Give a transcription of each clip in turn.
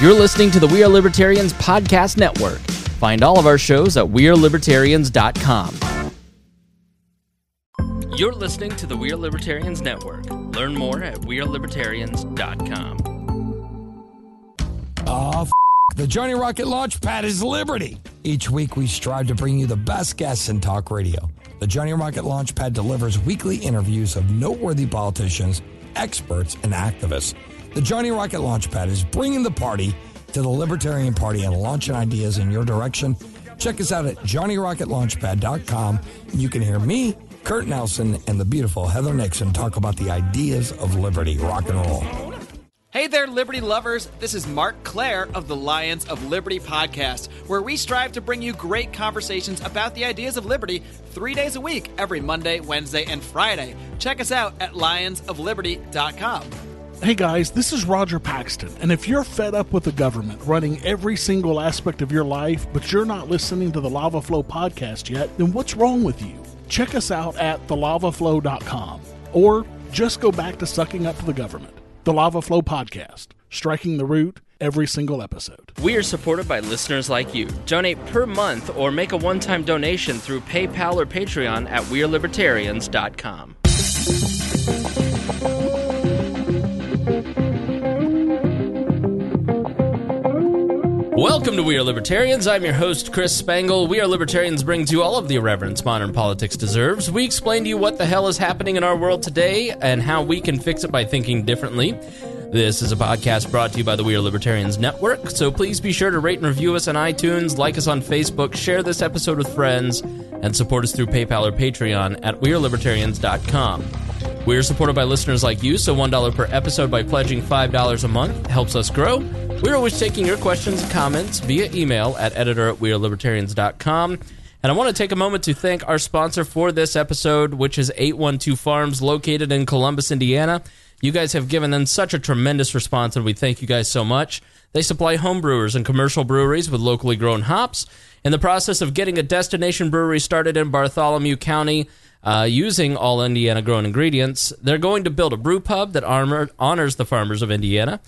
You're listening to the We Are Libertarians Podcast Network. Find all of our shows at WeareLibertarians.com. You're listening to the We Are Libertarians Network. Learn more at WeareLibertarians.com. Oh, f- the Johnny Rocket Launchpad is liberty. Each week, we strive to bring you the best guests in talk radio. The Johnny Rocket Launchpad delivers weekly interviews of noteworthy politicians, experts, and activists. The Johnny Rocket Launchpad is bringing the party to the Libertarian Party and launching ideas in your direction. Check us out at johnnyrocketlaunchpad.com. You can hear me, Kurt Nelson, and the beautiful Heather Nixon talk about the ideas of liberty, rock and roll. Hey there, Liberty lovers. This is Mark Clare of the Lions of Liberty podcast, where we strive to bring you great conversations about the ideas of liberty three days a week, every Monday, Wednesday, and Friday. Check us out at lionsofliberty.com. Hey guys, this is Roger Paxton, and if you're fed up with the government running every single aspect of your life, but you're not listening to the Lava Flow podcast yet, then what's wrong with you? Check us out at thelavaflow.com or just go back to sucking up to the government. The Lava Flow Podcast, striking the root every single episode. We are supported by listeners like you. Donate per month or make a one time donation through PayPal or Patreon at WeareLibertarians.com. Welcome to We Are Libertarians. I'm your host, Chris Spangle. We Are Libertarians brings you all of the irreverence modern politics deserves. We explain to you what the hell is happening in our world today and how we can fix it by thinking differently. This is a podcast brought to you by the We Are Libertarians Network, so please be sure to rate and review us on iTunes, like us on Facebook, share this episode with friends, and support us through PayPal or Patreon at WeareLibertarians.com. We're supported by listeners like you, so $1 per episode by pledging $5 a month helps us grow. We're always taking your questions and comments via email at editor at wearelibertarians.com. And I want to take a moment to thank our sponsor for this episode, which is 812 Farms, located in Columbus, Indiana. You guys have given them such a tremendous response, and we thank you guys so much. They supply homebrewers and commercial breweries with locally grown hops. In the process of getting a destination brewery started in Bartholomew County, uh, using all Indiana grown ingredients. They're going to build a brew pub that armor, honors the farmers of Indiana.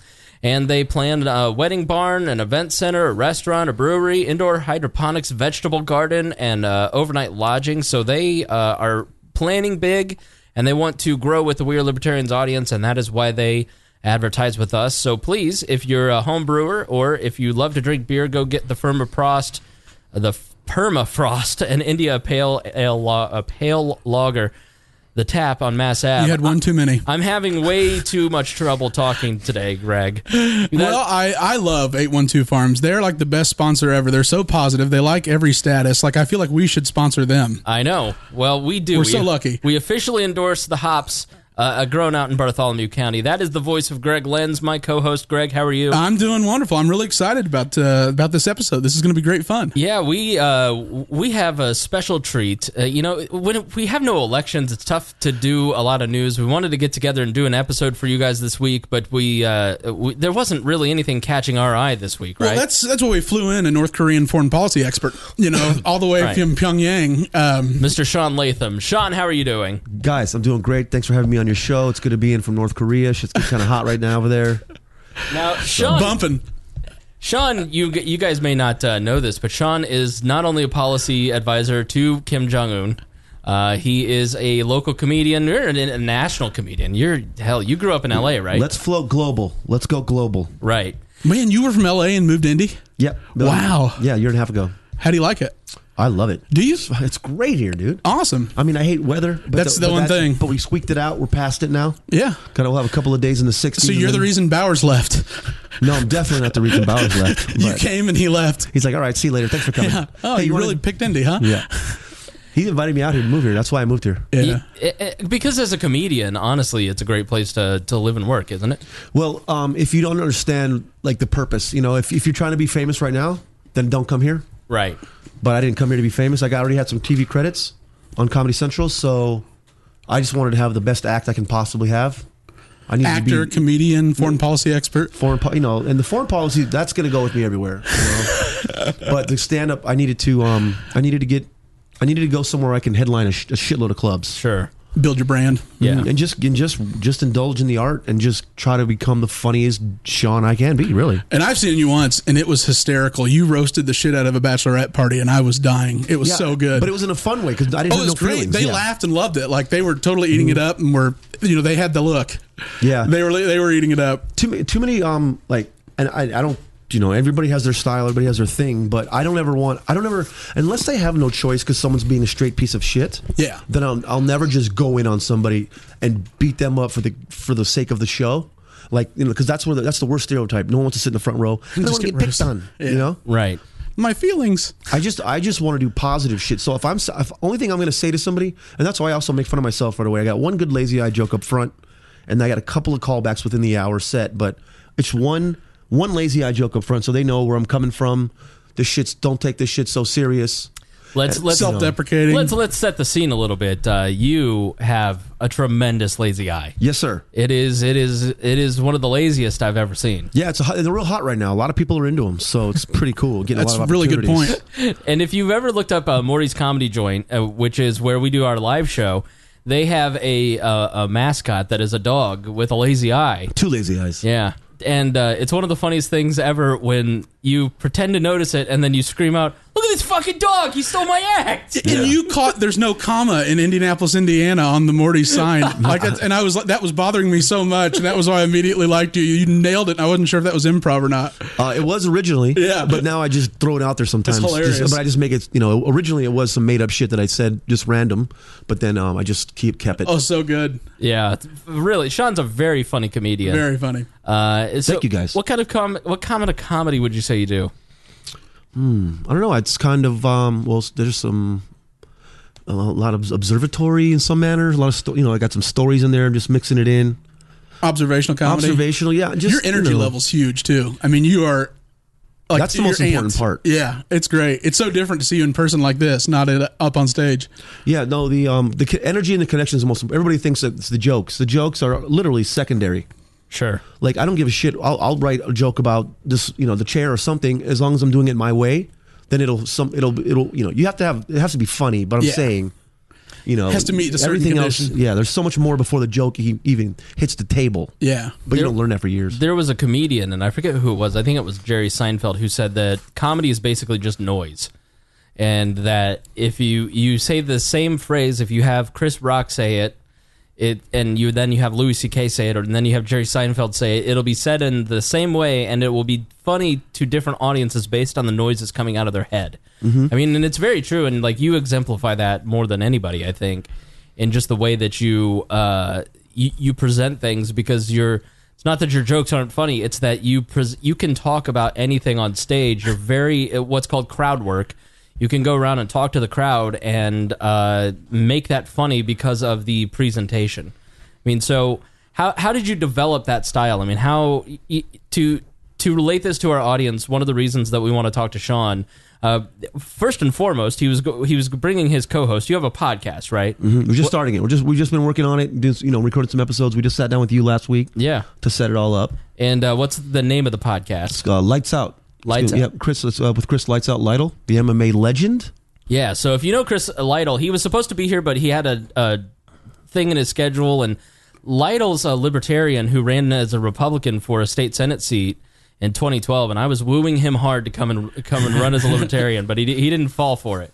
And they plan a wedding barn, an event center, a restaurant, a brewery, indoor hydroponics, vegetable garden, and uh, overnight lodging. So they uh, are planning big and they want to grow with the We Are Libertarians audience, and that is why they advertise with us. So please, if you're a home brewer or if you love to drink beer, go get the Firma Prost, the permafrost and India pale ale, uh, pale lager. The tap on Mass Ave. You had one too many. I'm having way too much trouble talking today, Greg. That- well, I, I love 812 Farms. They're like the best sponsor ever. They're so positive. They like every status. Like, I feel like we should sponsor them. I know. Well, we do. We're We- so lucky. We officially endorse the hops uh, grown out in Bartholomew County. That is the voice of Greg Lenz, my co-host. Greg, how are you? I'm doing wonderful. I'm really excited about uh, about this episode. This is going to be great fun. Yeah, we uh, we have a special treat. Uh, you know, when we have no elections, it's tough to do a lot of news. We wanted to get together and do an episode for you guys this week, but we, uh, we there wasn't really anything catching our eye this week, right? Well, that's that's what we flew in a North Korean foreign policy expert. You know, all the way Right. from Pyongyang. Um, Mr. Sean Latham. Sean, how are you doing? Guys, I'm doing great. Thanks for having me on your show. It's good to be in from North Korea. Shit's kind of hot right now over there. Now, Sean, bumping. Sean, you g- you guys may not uh, know this, but Sean is not only a policy advisor to Kim Jong Un. Uh, he is a local comedian. You're an international comedian. You're hell. You grew up in L.A., right? Let's float global. Let's go global. right. Man, you were from LA and moved to Indy. Yep. Wow. Yeah, a year and a half ago. How do you like it? I love it. Do you? It's great here, dude. Awesome. I mean, I hate weather. But That's the but one thing. But we squeaked it out. We're past it now. Yeah. Kind of we'll have a couple of days in the 60s. So you're and the then- reason Bowers left. No, I'm definitely not the reason Bowers left. You but- came and he left. He's like, all right, see you later. Thanks for coming. Oh, Hey, you, wanna- really picked Indy, huh? Yeah. He invited me out here to move here. That's why I moved here. Yeah. Y- eh, eh, because as a comedian, honestly, it's a great place to, to live and work, isn't it? Well, um, if you don't understand like the purpose, you know, if, if you're trying to be famous right now, then don't come here. Right. But I didn't come here to be famous. Like I already had some TV credits on Comedy Central, so I just wanted to have the best act I can possibly have. I need Actor, to be comedian, foreign policy expert. foreign, po- you know, and the foreign policy that's going to go with me everywhere. You know? but the stand up, I needed to, um, I needed to get, I needed to go somewhere I can headline a, sh- a shitload of clubs. Sure. build your brand. Yeah. and just and just just indulge in the art and just try to become the funniest Sean I can be. Really, And I've seen you once, and it was hysterical. You roasted the shit out of a bachelorette party, and I was dying. It was Yeah, so good. but it was in a fun way because I didn't Oh, it have was no great. feelings. They yeah. Mm-hmm. laughed and loved it. Like they were totally eating it up, and were you know they had the look. Yeah. they were they were eating it up. too many, too many um like and I, I don't you know everybody has their style everybody has their thing but i don't ever want i don't ever unless they have no choice because someone's being a straight piece of shit Yeah. then I'll, I'll never just go in on somebody and beat them up for the for the sake of the show like you know because that's where the, that's the worst stereotype no one wants to sit in the front row i don't Just want to get get picked roasted. on Yeah. you know Right. My feelings. I just I just want to do positive shit. So if I'm s- if only thing I'm going to say to somebody, and that's why I also make fun of myself right away. I got one good lazy eye joke up front, and I got a couple of callbacks within the hour set, but it's one one lazy eye joke up front, so they know where I'm coming from. This shit's don't take this shit so serious. Let's let's Self-deprecating. Let's let's set the scene a little bit. Uh, you have a tremendous lazy eye. Yes, sir. It is it is it is one of the laziest I've ever seen. Yeah, it's a, hot- they're real hot right now. A lot of people are into them, so it's pretty cool. Getting That's a lot a of really good opportunities. point. And if you've ever looked up uh, Morty's Comedy Joint, uh, which is where we do our live show, they have a uh, a mascot that is a dog with a lazy eye. Two lazy eyes. Yeah. And uh, it's one of the funniest things ever when you pretend to notice it and then you scream out, "Look at this fucking dog! He stole my act!" And you caught there's no comma in Indianapolis, Indiana on the Morty sign. Like that's, and I was like that was bothering me so much, and that was why I immediately liked you. You nailed it. And I wasn't sure if that was improv or not. Uh, it was originally, Yeah. but now I just throw it out there sometimes. It's hilarious. Just- but I just make it, you know. Originally, it was some made up shit that I said, just random. But then um, I just keep kept it. Oh, so good. Yeah, it's- really. Sean's a very funny comedian. Very funny. Uh, so Thank you, guys. What kind of com- what kind of comedy would you say you do? I don't know. It's kind of um, well. There's some uh, a lot of observatory in some manner. A lot of sto- you know. I got some stories in there. I'm just mixing it in. Observational comedy. Observational, yeah. Just Your energy you know. level's huge too. I mean, you are. Like That's the you're most important ants. part. Yeah, it's great. It's so different to see you in person like this, not at, up on stage. Yeah, no. The um, the co- energy and the connection is the most. Everybody thinks that it's the jokes. The jokes are literally secondary. Sure. Like I don't give a shit. I'll, I'll write a joke about this, you know, the chair or something. As long as I'm doing it my way, then it'll some it'll it'll you know you have to have it has to be funny. But I'm Yeah. saying, you know, Has to meet a certain condition. Yeah, there's so much more before the joke he even hits the table. Yeah, But you don't learn that for years. There was a comedian, and I forget who it was. I think it was Jerry Seinfeld who said that comedy is basically just noise, and that if you you say the same phrase, if you have Chris Rock say it, it, and you then you have Louis C.K. say it, or and then you have Jerry Seinfeld say it, it'll be said in the same way, and it will be funny to different audiences based on the noises coming out of their head. I mean, and it's very true, and like you exemplify that more than anybody, I think, in just the way that you uh, you, you present things because you're. It's not that your jokes aren't funny; it's that you pres- you can talk about anything on stage. You're very uh, what's called crowd work you can go around and talk to the crowd and uh, make that funny because of the presentation. I mean, so how how did you develop that style? I mean, how y- to to relate this to our audience? One of the reasons that we want to talk to Sean. Uh, first and foremost, he was go- he was bringing his co-host. You have a podcast, right? Mm-hmm. We're just starting it. We're just we've just been working on it. Just, you know, recorded some episodes. We just sat down with you last week Yeah. to set it all up. And uh, what's the name of the podcast? Uh, lights out. Lights yeah, Out. Chris it's, uh, with Chris Lights Out Lytle, the MMA legend. Yeah. So if you know Chris Lytle, he was supposed to be here, but he had a, a thing in his schedule. And Lytle's a libertarian who ran as a Republican for a state senate seat in 2012. And I was wooing him hard to come and come and run as a libertarian, but he di- he didn't fall for it.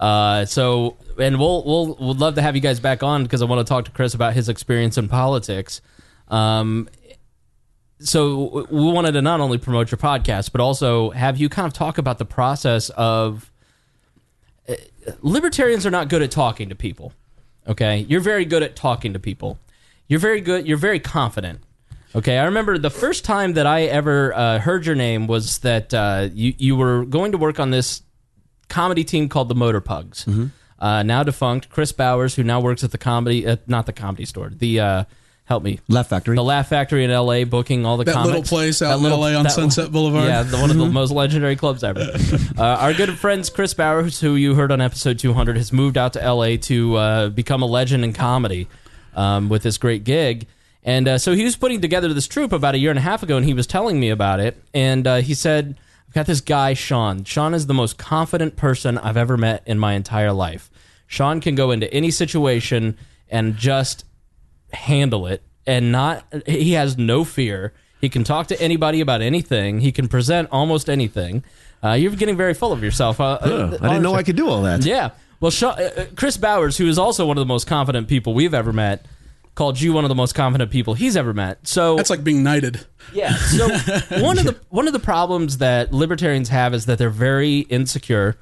Uh, so and we'll we'll would love to have you guys back on because I want to talk to Chris about his experience in politics. Um, so we wanted to not only promote your podcast, but also have you kind of talk about the process of eh, libertarians are not good at talking to people. Okay, you're very good at talking to people. You're very good. You're very confident. Okay, I remember the first time that I ever uh, heard your name was that uh, you you were going to work on this comedy team called the Motor Pugs, uh, now defunct. Chris Bowers, who now works at the comedy, uh, not the comedy store, the uh, help me, Laugh Factory. the Laugh Factory in L.A. booking all the That comics. little place out in LA on Sunset Boulevard. Yeah, the, one of the most legendary clubs ever. uh, our good friends Chris Bowers, who you heard on episode 200, has moved out to L.A. to uh, become a legend in comedy um, with this great gig. And uh, so he was putting together this troupe about a year and a half ago, and he was telling me about it. And uh, he said, "I've got this guy, Sean. Sean is the most confident person I've ever met in my entire life." Sean can go into any situation and just handle it and not he has no fear. He can talk to anybody about anything. He can present almost anything. Uh, you're getting very full of yourself. Uh, Huh, I didn't know I could do all that. Yeah. Well, Sha uh, uh, Chris Bowers, who is also one of the most confident people we've ever met, called you one of the most confident people he's ever met. So That's like being knighted. yeah. So one of the one of the problems that libertarians have is that they're very insecure,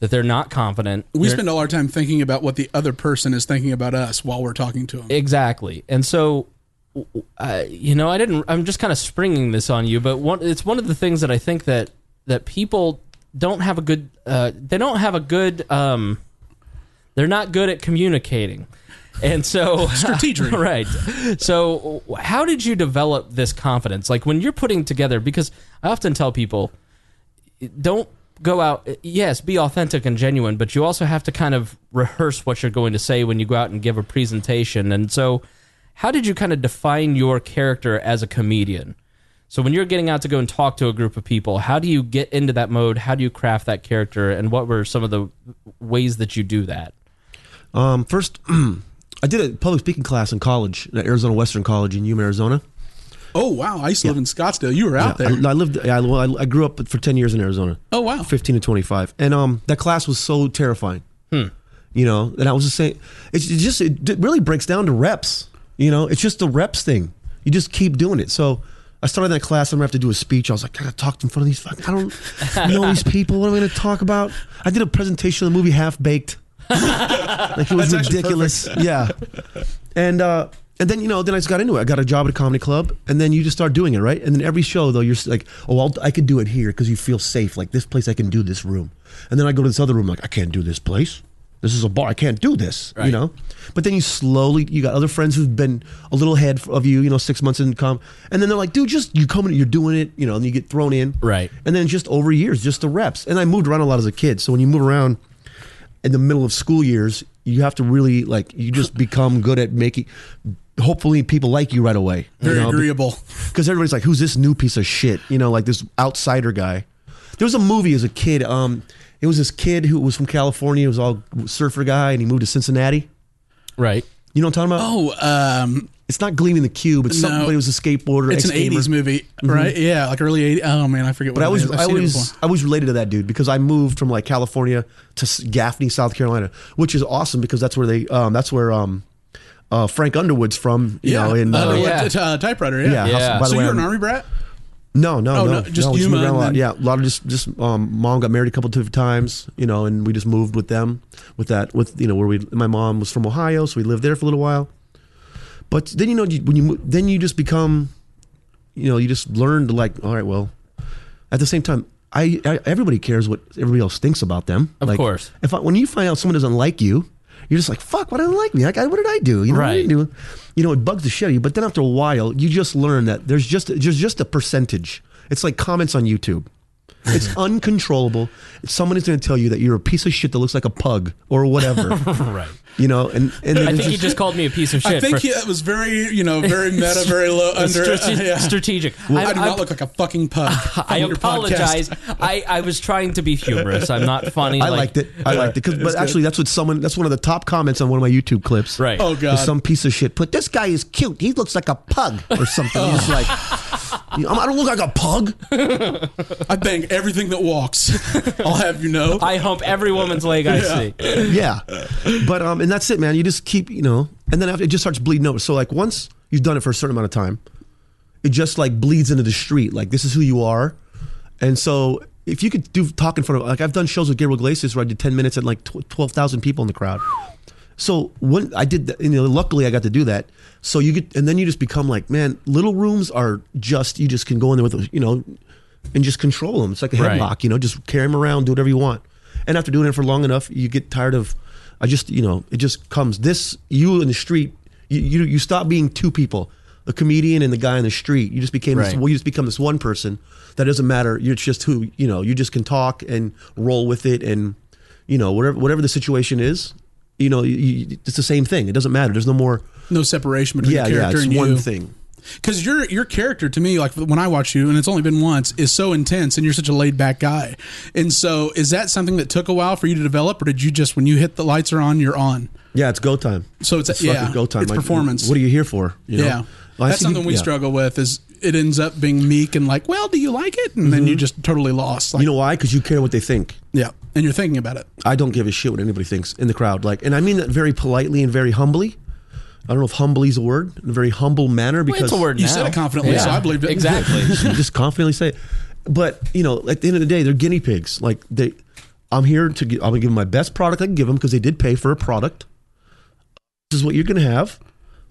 that they're not confident. We They're- spend all our time thinking about what the other person is thinking about us while we're talking to them. exactly, and so. w- w- Uh, you know, I didn't. I'm just kind of springing this on you, but one, it's one of the things that I think that that people don't have a good. Uh, they don't have a good. Um, they're not good at communicating, and so Strategery. right. So, w- how did you develop this confidence? Like when you're putting together, because I often tell people, don't go out. Yes, be authentic and genuine, but you also have to kind of rehearse what you're going to say when you go out and give a presentation. And so, how did you kind of define your character as a comedian? So, when you're getting out to go and talk to a group of people, how do you get into that mode? How do you craft that character? And what were some of the ways that you do that? Um, first, I did a public speaking class in college at Arizona Western College in Yuma, Arizona. Oh wow, I used to live in Scottsdale. You were out Yeah, there. I, I lived. I, I grew up for ten years in Arizona. oh wow. 15 to 25 and um that class was so terrifying Hmm. you know and i was just saying it's it just it d- really breaks down to reps you know it's just the reps thing you just keep doing it so i started that class i'm gonna have to do a speech i was like i gotta talk in front of these fucking, i don't know these people what am i gonna talk about i did a presentation of the movie half baked like it was ridiculous yeah and uh and then you know, then I just got into it. I got a job at a comedy club, and then you just start doing it, right? And then every show, though, you're s- like, "Oh, I'll, I could do it here because you feel safe. Like this place, I can do this room." And then I go to this other room, like I can't do this place. This is a bar. I can't do this, you know. But then you slowly, you got other friends who've been a little ahead of you, you know, six months in com, and then they're like, "Dude, just you coming, you're doing it," you know, and you get thrown in, Right. And then just over years, just the reps. And I moved around a lot as a kid, so when you move around, in the middle of school years, you have to really like you just become good at making. Hopefully, people like you right away. Very agreeable. Because everybody's like, "Who's this new piece of shit?" You know, like this outsider guy. There was a movie as a kid. Um, it was this kid who was from California. He was all surfer guy, and he moved to Cincinnati. Right. You know what I'm talking about? Oh, um, It's not gleaming the cube. It's No. somebody who was a skateboarder. it's an ex-gamer. '80s movie, right? Yeah, like early '80s. Oh man, I forget. what Mm-hmm. But I it was is. I've I seen it was before. I was related to that dude because I moved from like California to S- Gaffney, South Carolina, which is awesome because that's where they um that's where um uh Frank Underwood's from, you know, in uh, uh, yeah. t- t- uh, typewriter. Yeah. Yeah, Yeah. by the So way, you're an I'm- army brat. no, no, Oh, no, no, just we Yuma moved around a lot. and Yeah, a lot of just just um, mom got married a couple different times, you know, and we just moved with them with that with you know where we my mom was from Ohio, so we lived there for a little while. But then you know you, when you mo- then you just become, you know, you just learn to like all right, well, at the same time. I, I everybody cares what everybody else thinks about them. Of Like, course. If I, when you find out someone doesn't like you, you're just like, "Fuck, why don't they like me? Like, I, what did I do? You know, what I Right. didn't do." You know, it bugs the shit out of you. But then after a while, you just learn that there's just there's just a percentage. It's like comments on YouTube. It's uncontrollable. Someone is going to tell you that you're a piece of shit that looks like a pug or whatever. right. You know, and and then I it's think he just called me a piece of shit. I think uh, for- he, that was very, you know, very meta, very low under. uh, strate- yeah. strategic. I do I- not look like a fucking pug. I on your podcast. apologize. I, I was trying to be humorous. I'm not funny. I like- uh, liked it. I liked it 'Cause- but actually, that's what someone. That's one of the top comments on one of my YouTube clips. Right. Oh god. Is Some piece of shit put this guy is cute. He looks like a pug or something. Oh. He's like, I don't look like a pug. I bang everything that walks. I'll have you know. I hump every woman's leg I see. yeah. But um, and that's it, man. You just keep, you know, and then after it just starts bleeding over. So like once you've done it for a certain amount of time, it just like bleeds into the street. Like this is who you are, and so if you could do talk in front of like I've done shows with Gabriel Glacius where I did ten minutes and like tw- twelve thousand people in the crowd. So when I did, that, you know, luckily I got to do that. So you get, and then you just become like, man, little rooms are just you just can go in there with, a- you know, and just control them. It's like a Right. headlock, you know, just carry them around, do whatever you want. And after doing it for long enough, you get tired of. I just, you know, it just comes. This you in the street, you you, you stop being two people, the comedian and the guy in the street. You just became this. Right. Well, you just become this one person that doesn't matter. You're just who you know. You just can talk and roll with it, and you know whatever whatever the situation is, you know, you, you, it's the same thing. It doesn't matter. There's no more. no separation between Yeah, the yeah. character It's and one you. thing. Because your your character to me, like when I watch you, and it's only been once, is so intense, and you're such a laid back guy. And so, is that something that took a while for you to develop, or did you just when you hit the lights are on, you're on? Yeah, it's go time. So it's- fucking yeah, go time. it's performance. What are you here for? You know? Yeah. Well, I That's see people- something we yeah. struggle with is it ends up being meek and like, well, do you like it? And Mm-hmm. then you just totally lost. Like, You know why? Because you care what they think. yeah. And you're thinking about it. I don't give a shit what anybody thinks in the crowd. Like, and I mean that very politely and very humbly. I don't know if humbly is a word. In a very humble manner because it's a word You now. said it confidently, so I believed it. Exactly. You just confidently say it. But you know, at the end of the day, they're guinea pigs. Like they, I'm here to. Give, I'm gonna give them my best product I can give them because they did pay for a product. This is what you're gonna have.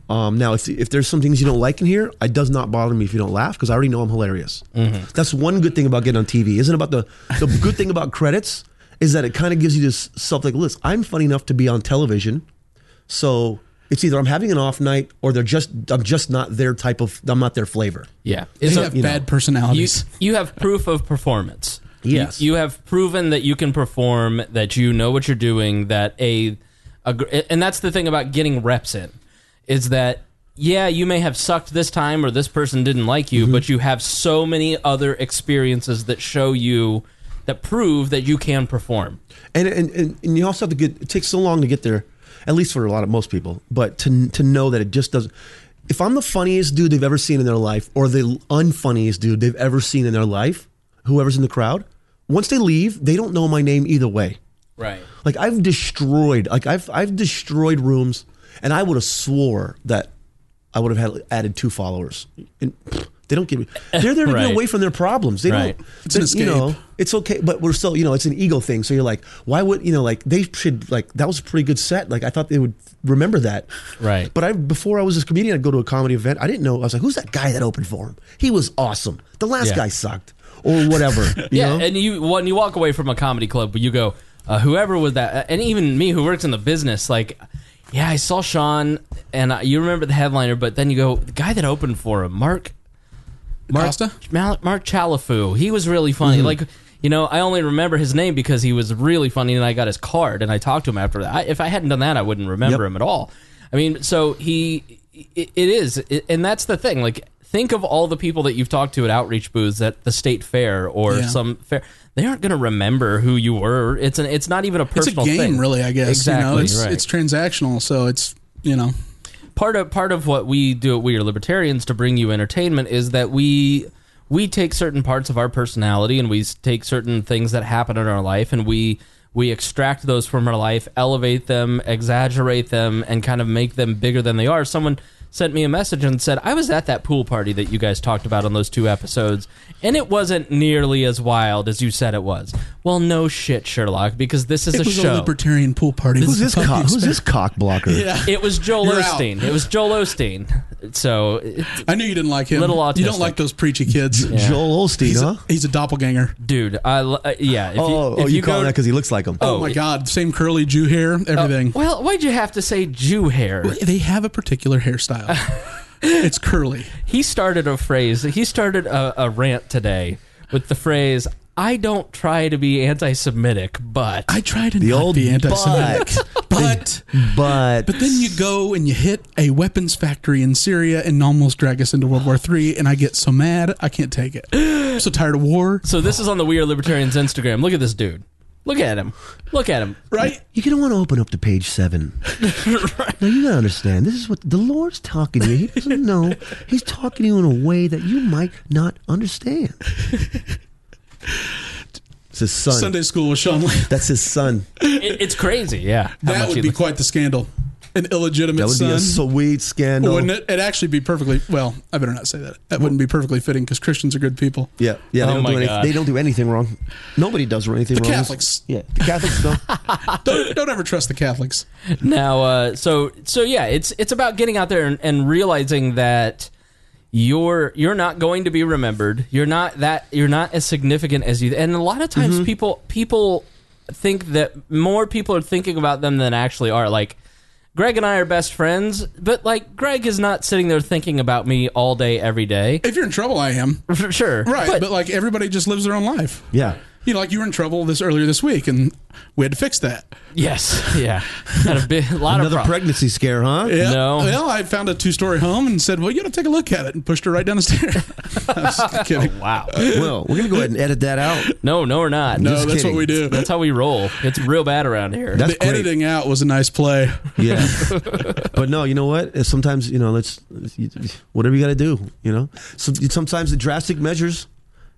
Um, now, if, if there's some things you don't like in here, it does not bother me if you don't laugh because I already know I'm hilarious. That's one good thing about getting on TV. Isn't it about the the good thing about credits is that it kind of gives you this self like list. I'm funny enough to be on television, so it's either I'm having an off night or they're just I'm just not their type of I'm not their flavor. yeah. They It's a- have you know, bad personalities. You, you have proof of performance. Yes. You, you have proven that you can perform, that you know what you're doing, that a, a gr- and that's the thing about getting reps in is that yeah, you may have sucked this time or this person didn't like you, but you have so many other experiences that show you that prove that you can perform. and and, and, and you also have to get it takes so long to get there at least for a lot of most people but to to know that it just doesn't if i'm the funniest dude they've ever seen in their life or the unfunniest dude they've ever seen in their life whoever's in the crowd once they leave they don't know my name either way Right. like i've destroyed like i've i've destroyed rooms and i would have swore that i would have had added two followers and pfft, they don't give me they're there to Right. get away from their problems they Right. don't It's an they- you escape. know it's okay but we're still you know it's an ego thing so you're like why would you know like they should like that was a pretty good set like i thought they would remember that Right. but i before i was a comedian i'd go to a comedy event i didn't know i was like who's that guy that opened for him he was awesome the last Yeah. guy sucked or whatever you yeah, know? and you when you walk away from a comedy club, but you go, uh, whoever was that, and even me who works in the business, like, yeah, I saw Sean, and I, you remember the headliner, but then you go, the guy that opened for him, Mark, Mark, Costa? Mal- Mark Chalafu, he was really funny. Mm-hmm. Like, you know, I only remember his name because he was really funny, and I got his card, and I talked to him after that. I, if I hadn't done that, I wouldn't remember Yep. him at all. I mean, so he, it, it is, it, and that's the thing, like. Think of all the people that you've talked to at outreach booths at the state fair or Yeah. some fair. They aren't going to remember who you were. It's an. It's not even a It's a personal. game, thing. really, I guess. Exactly. You know, it's, right. it's transactional. So it's, you know, part of part of what we do at We Are Libertarians to bring you entertainment is that we we take certain parts of our personality and we s- take certain things that happen in our life and we we extract those from our life, elevate them, exaggerate them, and kind of make them bigger than they are. Someone sent me a message and said, "I was at that pool party that you guys talked about on those two episodes, and it wasn't nearly as wild as you said it was." Well, no shit, Sherlock, because this is it a was show. a libertarian pool party. who's with this the cock, puppies. who's this cock blocker Yeah. it was Joel You're out. Osteen. It was Joel Osteen. So it- I knew you didn't like him. Little You autistic. don't like those preachy kids. joel olstein He's, huh a, he's a doppelganger. dude. I l- uh, yeah. If oh, you, if oh, you, call go, that because he looks like him. Oh, my God. Same curly Jew hair, everything. Well, why'd you have to say Jew hair? they have a particular hairstyle. it's curly. He started a phrase. He started a, a rant today with the phrase, "I don't try to be anti-Semitic, but." I try to the not old be anti-Semitic, but but but then you go and you hit a weapons factory in Syria and almost drag us into World War III, and I get so mad I can't take it. I'm so tired of war, so this is on the We Are Libertarians Instagram. Look at this dude. Look at him. Look at him. right? you're gonna want to open up to page seven. Now you gotta understand. This is what the Lord's talking to you. He doesn't know. He's talking to you in a way that you might not understand. It's his son. Sunday school with Sean. Lee. That's his son. It, it's crazy. Yeah. How That much he would be looks- quite the scandal. An illegitimate That would son. be a sweet scandal. wouldn't it? It'd actually be perfectly well. I better not say that. That wouldn't be perfectly fitting because Christians are good people. Yeah, yeah. Oh They, don't my do anything, God. they don't do anything wrong. Nobody does anything wrong. Catholics. Yeah, the Catholics don't. Don't, don't ever trust the Catholics. now uh, so so yeah it's it's about getting out there and, and realizing that you're you're not going to be remembered you're not that you're not as significant as you and a lot of times people people think that more people are thinking about them than actually are like Greg and I are best friends, but like Greg is not sitting there thinking about me all day every day. If you're in trouble, I am. For sure. Right, But- but like everybody just lives their own life. Yeah. you know, like you were in trouble this earlier this week, and we had to fix that. Yes. Yeah. Had a, big, a lot Another of problems. pregnancy scare, huh? Yeah. No. Well, I found a two-story home and said, "Well, you got to take a look at it," and pushed her right down the stairs. I'm just kidding. Oh, wow. Well, we're gonna go ahead and edit that out. No, no, we're not. No, Just that's kidding. what we do. That's how we roll. It's real bad around here. That's the great. editing out was a nice play. Yeah. but no, you know what? Sometimes, you know, let's whatever you got to do, you know? So sometimes the drastic measures,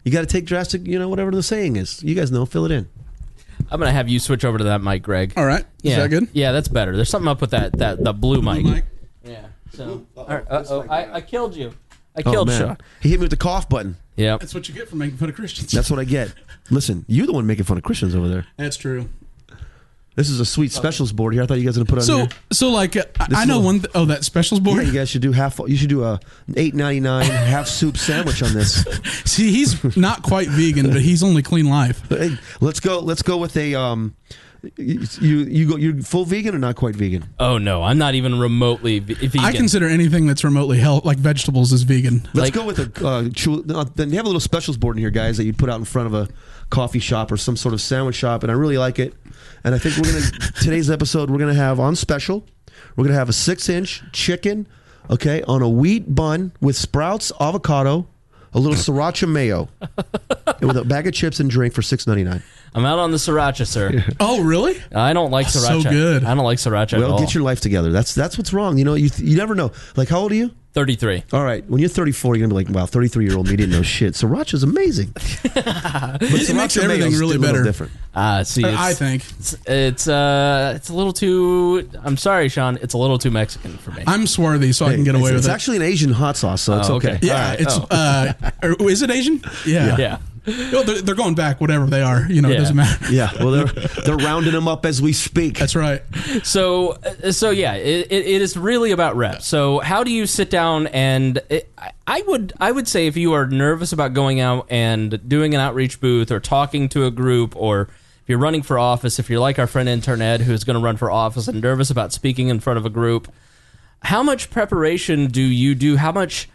you got to take drastic, you know, whatever the saying is. You guys know, fill it in. I'm gonna have you switch over to that mic, Greg. All right. Yeah. Is that good? Yeah, that's better. There's something up with that that the blue mic. Mike? Yeah. So, uh oh, I, I killed you. I Oh, killed man. Sean. He hit me with the cough button. Yep. That's what you get for making fun of Christians. That's what I get. Listen, you're the one making fun of Christians over there. That's true. This is a sweet specials board here. I thought you guys were going to put on So, here. so like, uh, I- I is know a- one. Th- oh, that specials Yeah, board. you guys should do half. You should do a eight ninety nine half soup sandwich on this. See, he's not quite vegan, but he's only clean life. Hey, let's go. Let's go with a um. You you go. You're full vegan or not quite vegan? Oh no, I'm not even remotely ve- vegan. I consider anything that's remotely health, like vegetables, is vegan. Let's Like- go with a uh, chew, no, then you have a little specials board in here, guys, that you'd put out in front of a coffee shop or some sort of sandwich shop, and I really like it. And I think we're gonna today's episode we're gonna have on special. We're gonna have a six inch chicken, okay, on a wheat bun with sprouts, avocado, a little sriracha mayo, and with a bag of chips and drink for six ninety nine. I'm out on the sriracha, sir. Oh, really? I don't like sriracha. good. I don't like sriracha at Well, Oh. all. get your life together. That's that's what's wrong. You know, you you never know. Like, how old are you? 33. All right, when you're 34, you're gonna be like, wow, 33 year old me didn't know shit. Sriracha's amazing. But It makes sriracha everything mayo's really still a little better. Different. Ah, see, it's, I think. it's it's, uh, it's a little too. I'm sorry, Sean. It's a little too Mexican for me. I'm swarthy, so I can get It's- away it's with it. actually an Asian hot sauce, so it's Oh, okay. okay. yeah, Alright, it's oh. uh, or- is it Asian? Yeah, yeah. Well, they're, they're going back, whatever they are. You know, Yeah. it doesn't matter. Yeah, well, they're they're rounding them up as we speak. That's right. So, uh, so yeah, it, it, it is really about reps. So, how do you sit down and it, I- I would I would say if you are nervous about going out and doing an outreach booth or talking to a group or if you're running for office, if you're like our friend intern Ed who's going to run for office and nervous about speaking in front of a group, how much preparation do you do? How much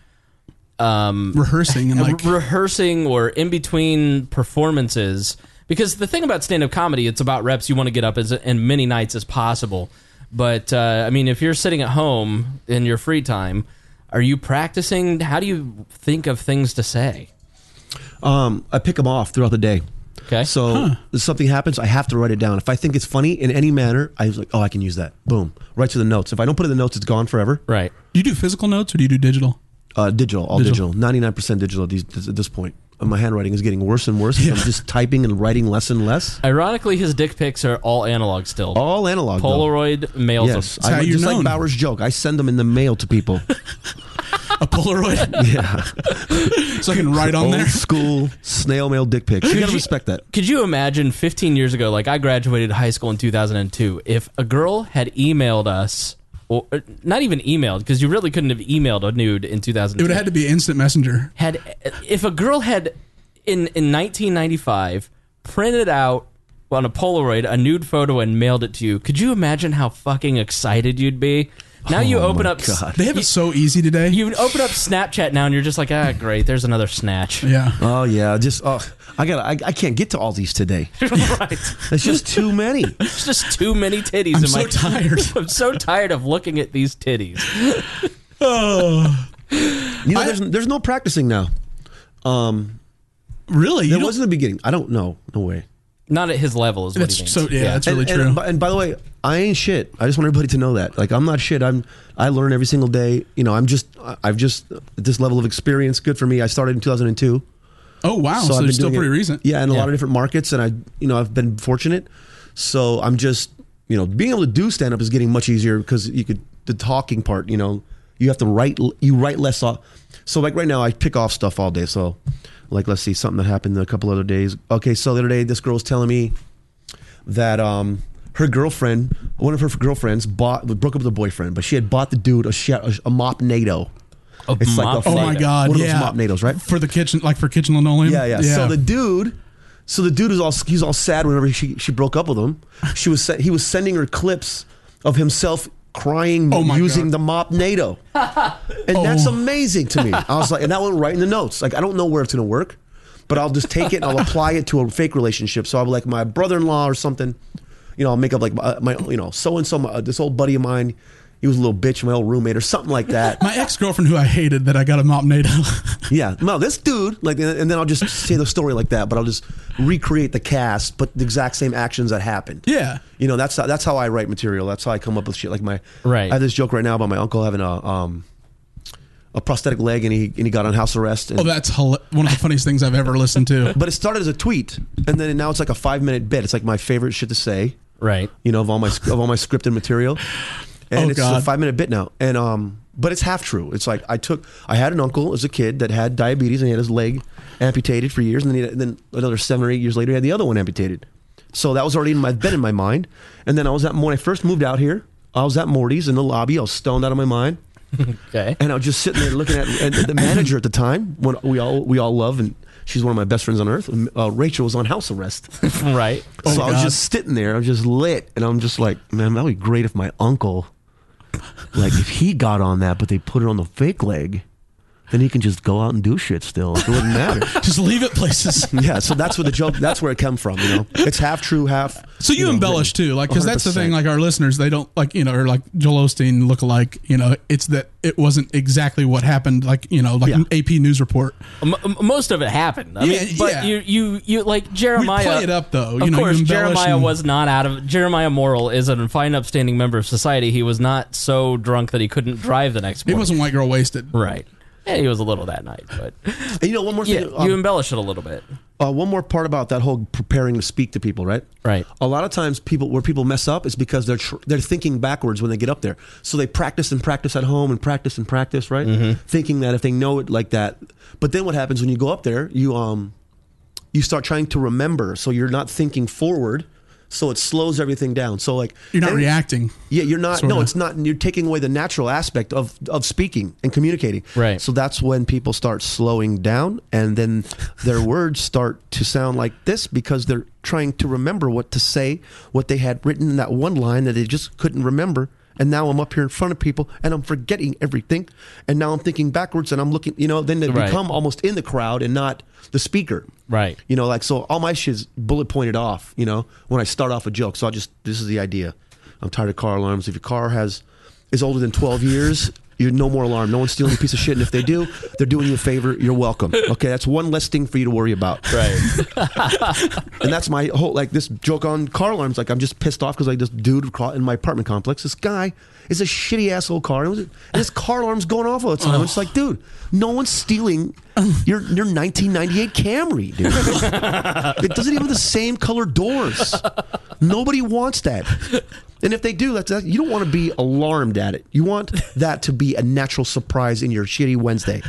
um, Rehearsing and like re- rehearsing or in between performances because the thing about stand-up comedy it's about reps you want to get up as and many nights as possible but uh, i mean if you're sitting at home in your free time are you practicing how do you think of things to say Um, I pick them off throughout the day. Okay. So if something happens, I have to write it down. If I think it's funny in any manner, I was like, oh, I can use that. Boom, right to the notes. If I don't put it in the notes, it's gone forever. right Do you do physical notes or do you do digital? Uh, digital, all digital, ninety nine percent digital at these- at this point. And my handwriting is getting worse and worse. 'cause I'm just typing and writing less and less. ironically his dick pics are all analog still All analog. though. polaroid mails them. Yes, That's how I, you're just known. like Bauer's joke. I send them in the mail to people. A Polaroid, yeah, so I can write on old there. school snail mail dick pics. You Could gotta you- respect that. Could you imagine 15 years ago, like I graduated high school in 2002, if a girl had emailed us, or or not even emailed, because you really couldn't have emailed a nude in It would 2002. have had to be instant messenger. had if a girl had in in 1995 printed out on a Polaroid a nude photo and mailed it to you, could you imagine how fucking excited you'd be? Now you Oh open up. s- God. They have it so easy today. You open up Snapchat now, and you're just like, ah, great. There's another snatch. yeah. Oh yeah, just oh, I got I, I can't get to all these today. right. That's just too many. It's just too many titties. I'm in my so tired. I'm so tired of looking at these titties. Oh, You know, there's there's no practicing now. Um, really? You there don't- was in the beginning. I don't know. No way. Not at his level is what he That's means. so. Yeah, that's really and, true. And, by- and by the way, I ain't shit. I just want everybody to know that. Like I'm not shit. I'm I learn every single day. You know, I'm just I- I've just at this level of experience. Good for me. I started in 2002. oh wow, so, I've they're been still doing pretty it- recent. Yeah, in a Yeah. lot of different markets, and I, you know, I've been fortunate. So I'm just, you know, being able to do stand up is getting much easier because you could the talking part. You know, you have to write. You write less off. So like right now, I pick off stuff all day. So, like, let's see something that happened a couple other days. Okay, so the other day, this girl's telling me that um her girlfriend, one of her girlfriends, bought broke up with a boyfriend, but she had bought the dude a, sh- a mop nato. It's like mop a Oh my Nato. god. One of yeah. those mop natos, right? For the kitchen, like for kitchen linoleum. Yeah, yeah. So the dude, so the dude was all he's all sad whenever she she broke up with him. She was se- he was sending her clips of himself crying Oh my using God. Oh. the mop NATO, and that's amazing to me. I was like, and that went right in the notes. Like I don't know where it's gonna work. but I'll just take it and I'll apply it to a fake relationship. So I'll be like my brother-in-law or something. You know, I'll make up like my, my you know, so and so, this old buddy of mine. He was a little bitch, my old roommate, or something like that. My ex girlfriend, who I hated, that I got a mop made of. yeah, no, this dude, like, and then I'll just say the story like that, but I'll just recreate the cast, but the exact same actions that happened. Yeah. you know, that's that's how I write material. That's how I come up with shit. Like my, Right. I have this joke right now about my uncle having a um, a prosthetic leg, and he and he got on house arrest. And, Oh, that's hila- one of the funniest things I've ever listened to. but it started as a tweet, and then now it's like a five minute bit. It's like my favorite shit to say. Right. You know, of all my of all my scripted material, and Oh, it's a God. five minute bit now. And um, but it's half true. It's like I took I had an uncle as a kid that had diabetes and he had his leg amputated for years, and then he, then another seven or eight years later he had the other one amputated. So that was already in my been in my mind. And then I was at when I first moved out here, I was at Morty's in the lobby. I was stoned out of my mind. Okay. And I was just sitting there looking at and the manager at the time, when we all we all love, and she's one of my best friends on earth. Uh, Rachel was on house arrest, right. so I was God. just sitting there. I'm just lit, and I'm just like, man, that would be great if my uncle, like, if he got on that, but they put it on the fake leg, then he can just go out and do shit still. It wouldn't matter. Just leave it places. yeah, so that's where the joke. That's where it came from. You know, it's half true, half. So you, know, embellish written. too, like because that's the 100%. thing. Like our listeners, they don't like you know, or like Joel Osteen look alike. You know, it's that it wasn't exactly what happened. Like you know, like Yeah. an AP news report. M- m- most of it happened. I Yeah, mean, but yeah. you, you, you, like Jeremiah. play it up, though. You of know, you course, embellish Jeremiah and- was not out of. Jeremiah Morrill is a fine, upstanding member of society. He was not so drunk that he couldn't drive the next It morning. wasn't white girl wasted. right. Yeah, he was a little that night, but And you know, one more yeah, thing. you um, embellish it a little bit. Uh, one more part about that whole preparing to speak to people, right? Right. A lot of times, people where people mess up is because they're tr- they're thinking backwards when they get up there. So they practice and practice at home and practice and practice, right? Thinking that if they know it like that, but then what happens when you go up there? You um, you start trying to remember, so you're not thinking forward, so it slows everything down. So like You're not any- reacting. Yeah, you're not. No, Sorta. it's not. You're taking away the natural aspect of of speaking and communicating. Right. So that's when people start slowing down, and then their words start to sound like this because they're trying to remember what to say, what they had written in that one line that they just couldn't remember. And now I'm up here in front of people, and I'm forgetting everything. And now I'm thinking backwards, and I'm looking. You know, then they Right. become almost in the crowd and not the speaker. Right. You know, like so all my shit's bullet pointed off, you know, when I start off a joke. So I just this is the idea. I'm tired of car alarms. If your car has is older than twelve years, you're no more alarm. No one's stealing your piece of shit. And if they do, they're doing you a favor. You're welcome. Okay, that's one less thing for you to worry about. Right. And that's my whole like this joke on car alarms. Like I'm just pissed off because like this dude caught in my apartment complex. This guy is a shitty asshole car, and, it was, and this car alarm's going off all the time. It's like, dude, no one's stealing your your 1998 Camry, dude. it doesn't even have the same color doors. Nobody wants that. And if they do, that's that, you don't want to be alarmed at it. You want that to be a natural surprise in your shitty Wednesday.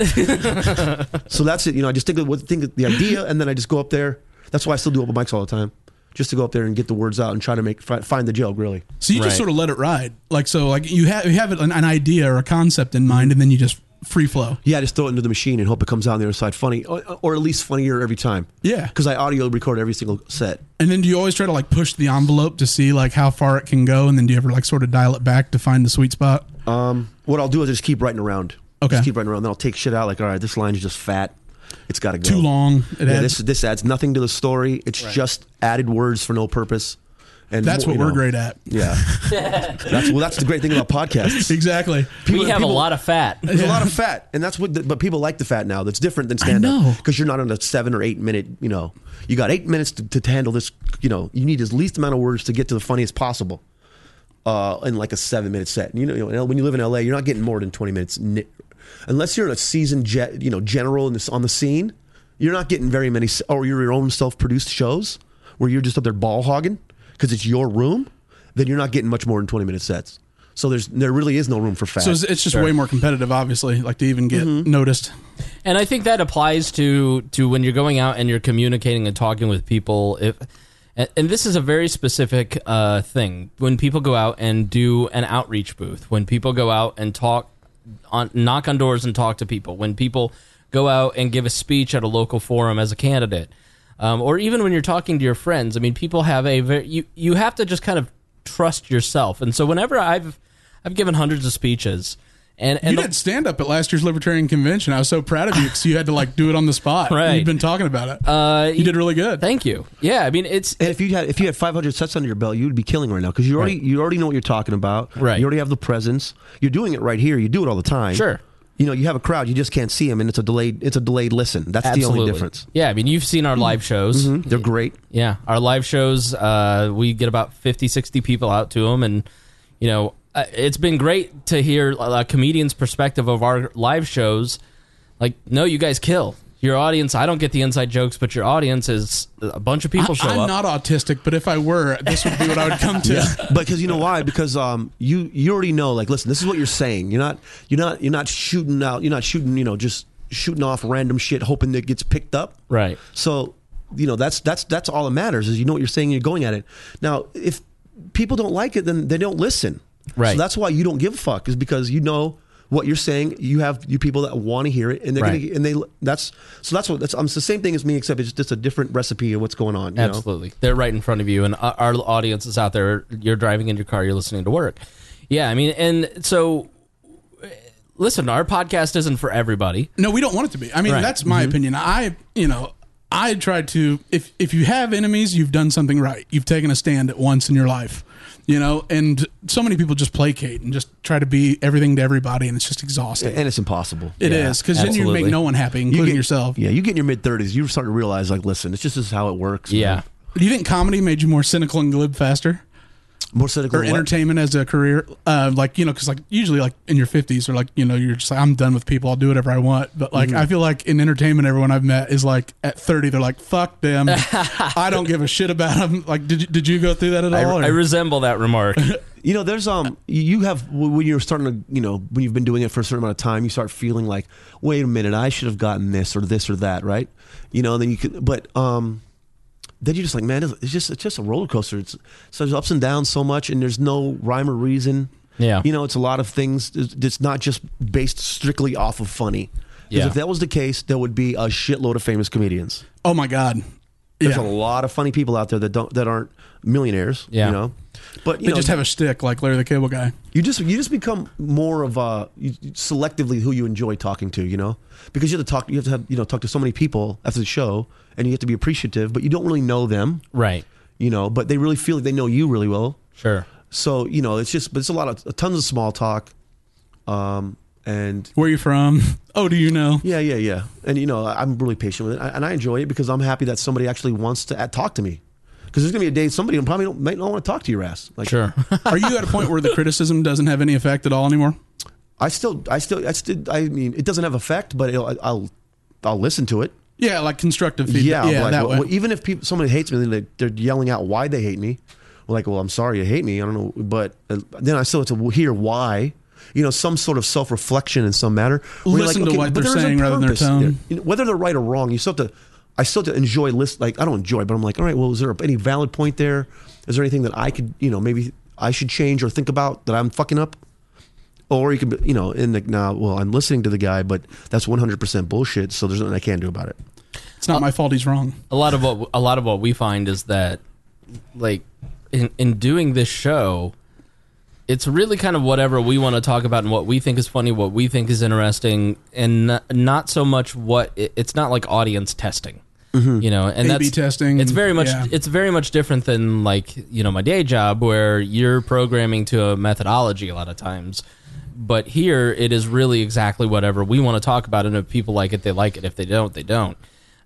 So that's it. You know, I just think of what think of the idea, and then I just go up there. That's why I still do open mics all the time, just to go up there and get the words out and try to make fi- find the joke. Really, So you Right. just sort of let it ride. Like so, like you have you have an, an idea or a concept in mind, and then you just free flow. yeah, I just throw it into the machine and hope it comes out on the other side funny, or, or at least funnier every time. Yeah. because I audio record every single set. And then do you always try to like push the envelope to see like how far it can go, and then do you ever like sort of dial it back to find the sweet spot? What I'll do is I just keep writing around. Okay. just keep writing around. Then I'll take shit out. Like, all right, this line is just fat. It's got to go Too long. It yeah, adds- this this adds nothing to the story. It's just added words for no purpose. And That's what you we're know, great at. Yeah, that's well. That's the great thing about podcasts. Exactly. we have a lot of fat. There's a lot of fat, and that's what. The, but people like the fat now. That's different than stand know. up because you're not on a seven or eight minute. You know, you got eight minutes to, to handle this. You know, you need as least amount of words to get to the funniest possible. Uh, in like a seven minute set, And you know, you know, when you live in LA, you're not getting more than twenty minutes, ni- unless you're in a seasoned, jet, you know, general in this on the scene. You're not getting very many, s- or you're your own self produced shows where you're just up there ball hogging because it's your room. Then you're not getting much more than twenty minute sets. So there's there really is no room for fat. So it's, it's just way more competitive, obviously, like to even get noticed. and I think that applies to to when you're going out and you're communicating and talking with people. If and, and this is a very specific uh, thing when people go out and do an outreach booth, when people go out and talk on knock on doors and talk to people, when people go out and give a speech at a local forum as a candidate, um, or even when you're talking to your friends. I mean, people have a very you you have to just kind of trust yourself, and so whenever I've I've given hundreds of speeches. And and you the- did stand up at last year's Libertarian Convention. I was so proud of you because you had to like do it on the spot. Right. You've been talking about it. Uh, you did really good. thank you. Yeah, I mean it's And if you had if you had 500 sets under your belt, you'd be killing right now because you already you already know what you're talking about. Right. You already have the presence. You're doing it right here. You do it all the time. Sure. You know, you have a crowd. You just can't see them, and it's a delayed it's a delayed listen. That's absolutely the only difference. Hmm? Mm-hmm. Yeah, I mean you've seen our live shows. They're great. Yeah, our live shows, uh, we get about 50, 60 people out to them, and you know, uh, it's been great to hear a comedian's perspective of our live shows. Like, no, you guys kill your audience. I don't get the inside jokes, but your audience is a bunch of people show I'm up. not autistic, but if I were, this would be what I would come to. But because you know why? Because um, you you already know. Like, listen, this is what you're saying. You're not you're not you're not shooting out. You're not shooting. You know, just shooting off random shit, hoping that it gets picked up. Right. So you know that's that's that's all that matters is you know what you're saying. and You're going at it. Now, if people don't like it, then they don't listen. Right. So that's why you don't give a fuck is because you know what you're saying. You have you people that want to hear it, and they're Right. gonna, and they that's so that's what that's um, it's the same thing as me, except it's just a different recipe of what's going on. You know? Absolutely. They're right in front of you, and our our audience is out there. You're driving in your car, you're listening to work. Yeah, I mean, and so uh, listen, our podcast isn't for everybody. No, we don't want it to be. I mean, Right. Mm-hmm. that's my opinion. I, you know, I try to. If if you have enemies, you've done something right. You've taken a stand at once in your life, you know. And so many people just placate and just try to be everything to everybody, and it's just exhausting. And it's impossible. It is because then you make absolutely. no one happy, including get- yourself. Yeah, you get in your mid thirties, you start to realize like, listen, it's just this is how it works. man. Yeah. Do you think comedy made you more cynical and glib faster, more cynical. or than what? entertainment as a career? Uh, like you know, because like usually like in your fifties or like you know you're just like I'm done with people. I'll do whatever I want. But Mm-hmm. like I feel like in entertainment, everyone I've met is like at thirty, they're like fuck them. I don't give a shit about them. Like did you, did you go through that at I, all? or- I resemble that remark. You know, there's um, you- you have when you're starting to, you know, when you've been doing it for a certain amount of time, you start feeling like, wait a minute, I should have gotten this or this or that, right? You know, then you could, but um, then you're just like, man, it's it's just it's just a roller coaster. It's so there's ups and downs so much, and there's no rhyme or reason. Yeah. you know, it's a lot of things. It's it's not just based strictly off of funny. 'Cause Yeah. if that was the case, there would be a shitload of famous comedians. oh my god, There's yeah. a lot of funny people out there that don't that aren't millionaires. Yeah. You know. But you they know, just have a shtick like Larry the Cable Guy. you just you just become more of a you, you- selectively who you enjoy talking to, you know, because you have to talk you have to have you know talk to so many people after the show, and you have to be appreciative, but you don't really know them, right. you know, but they really feel like they know you really well. Sure. So you know, it's just but it's a lot of tons of small talk, um, and Where you from? Oh, do you know? yeah, yeah, yeah. And you know, I'm really patient with it, I- and I enjoy it because I'm happy that somebody actually wants to uh, talk to me. Because there's gonna be a day somebody probably don't, might not want to talk to your ass. Like, Sure. Are you at a point where the criticism doesn't have any effect at all anymore? I still, I still, I still, I mean, it doesn't have effect, but it'll, I'll, I'll listen to it. Yeah, like constructive feedback. Yeah, Yeah, like, that well, way. well, even if people, somebody hates me, then they, they're yelling out why they hate me. Well, like, well, I'm sorry you hate me. I don't know, but uh, then I still have to hear why. You know, some sort of self reflection in some matter. where you're Listen to what they're but there is a saying rather than their purpose there. tone. You know, whether they're right or wrong, you still have to. I still have to enjoy list. Like I don't enjoy, but I'm like, all right, well, is there any valid point there? Is there anything that I could, you know, maybe I should change or think about that I'm fucking up? Or you could, be- you know, in the now, well, I'm listening to the guy, but that's 100% bullshit. So there's nothing I can do about it. it's not my fault. He's wrong. a lot of what a lot of what we find is that like in in doing this show it's really kind of whatever we want to talk about and what we think is funny what we think is interesting and not, not so much what it, it's not like audience testing you know and A/B that's Mm-hmm. testing, it's very much yeah. it's very much different than like you know my day job where you're programming to a methodology a lot of times but here it is really exactly whatever we want to talk about and if people like it they like it if they don't they don't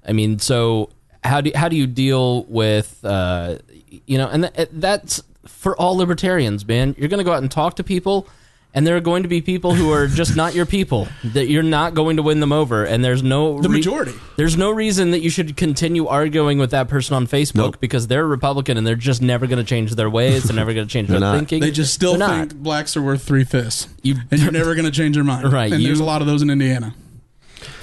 i mean so how do how do you deal with uh you know and th- that's for all libertarians man you're going to go out and talk to people and there are going to be people who are just not your people that you're not going to win them over and there's no The majority. there's no reason that you should continue arguing with that person on Facebook because they're Republican and they're just never going to change their ways. They're never going to change their not. thinking. They just still They're not. think blacks are worth three fifths. You- and you're never going to change your mind. Right, And there's you- a lot of those in Indiana.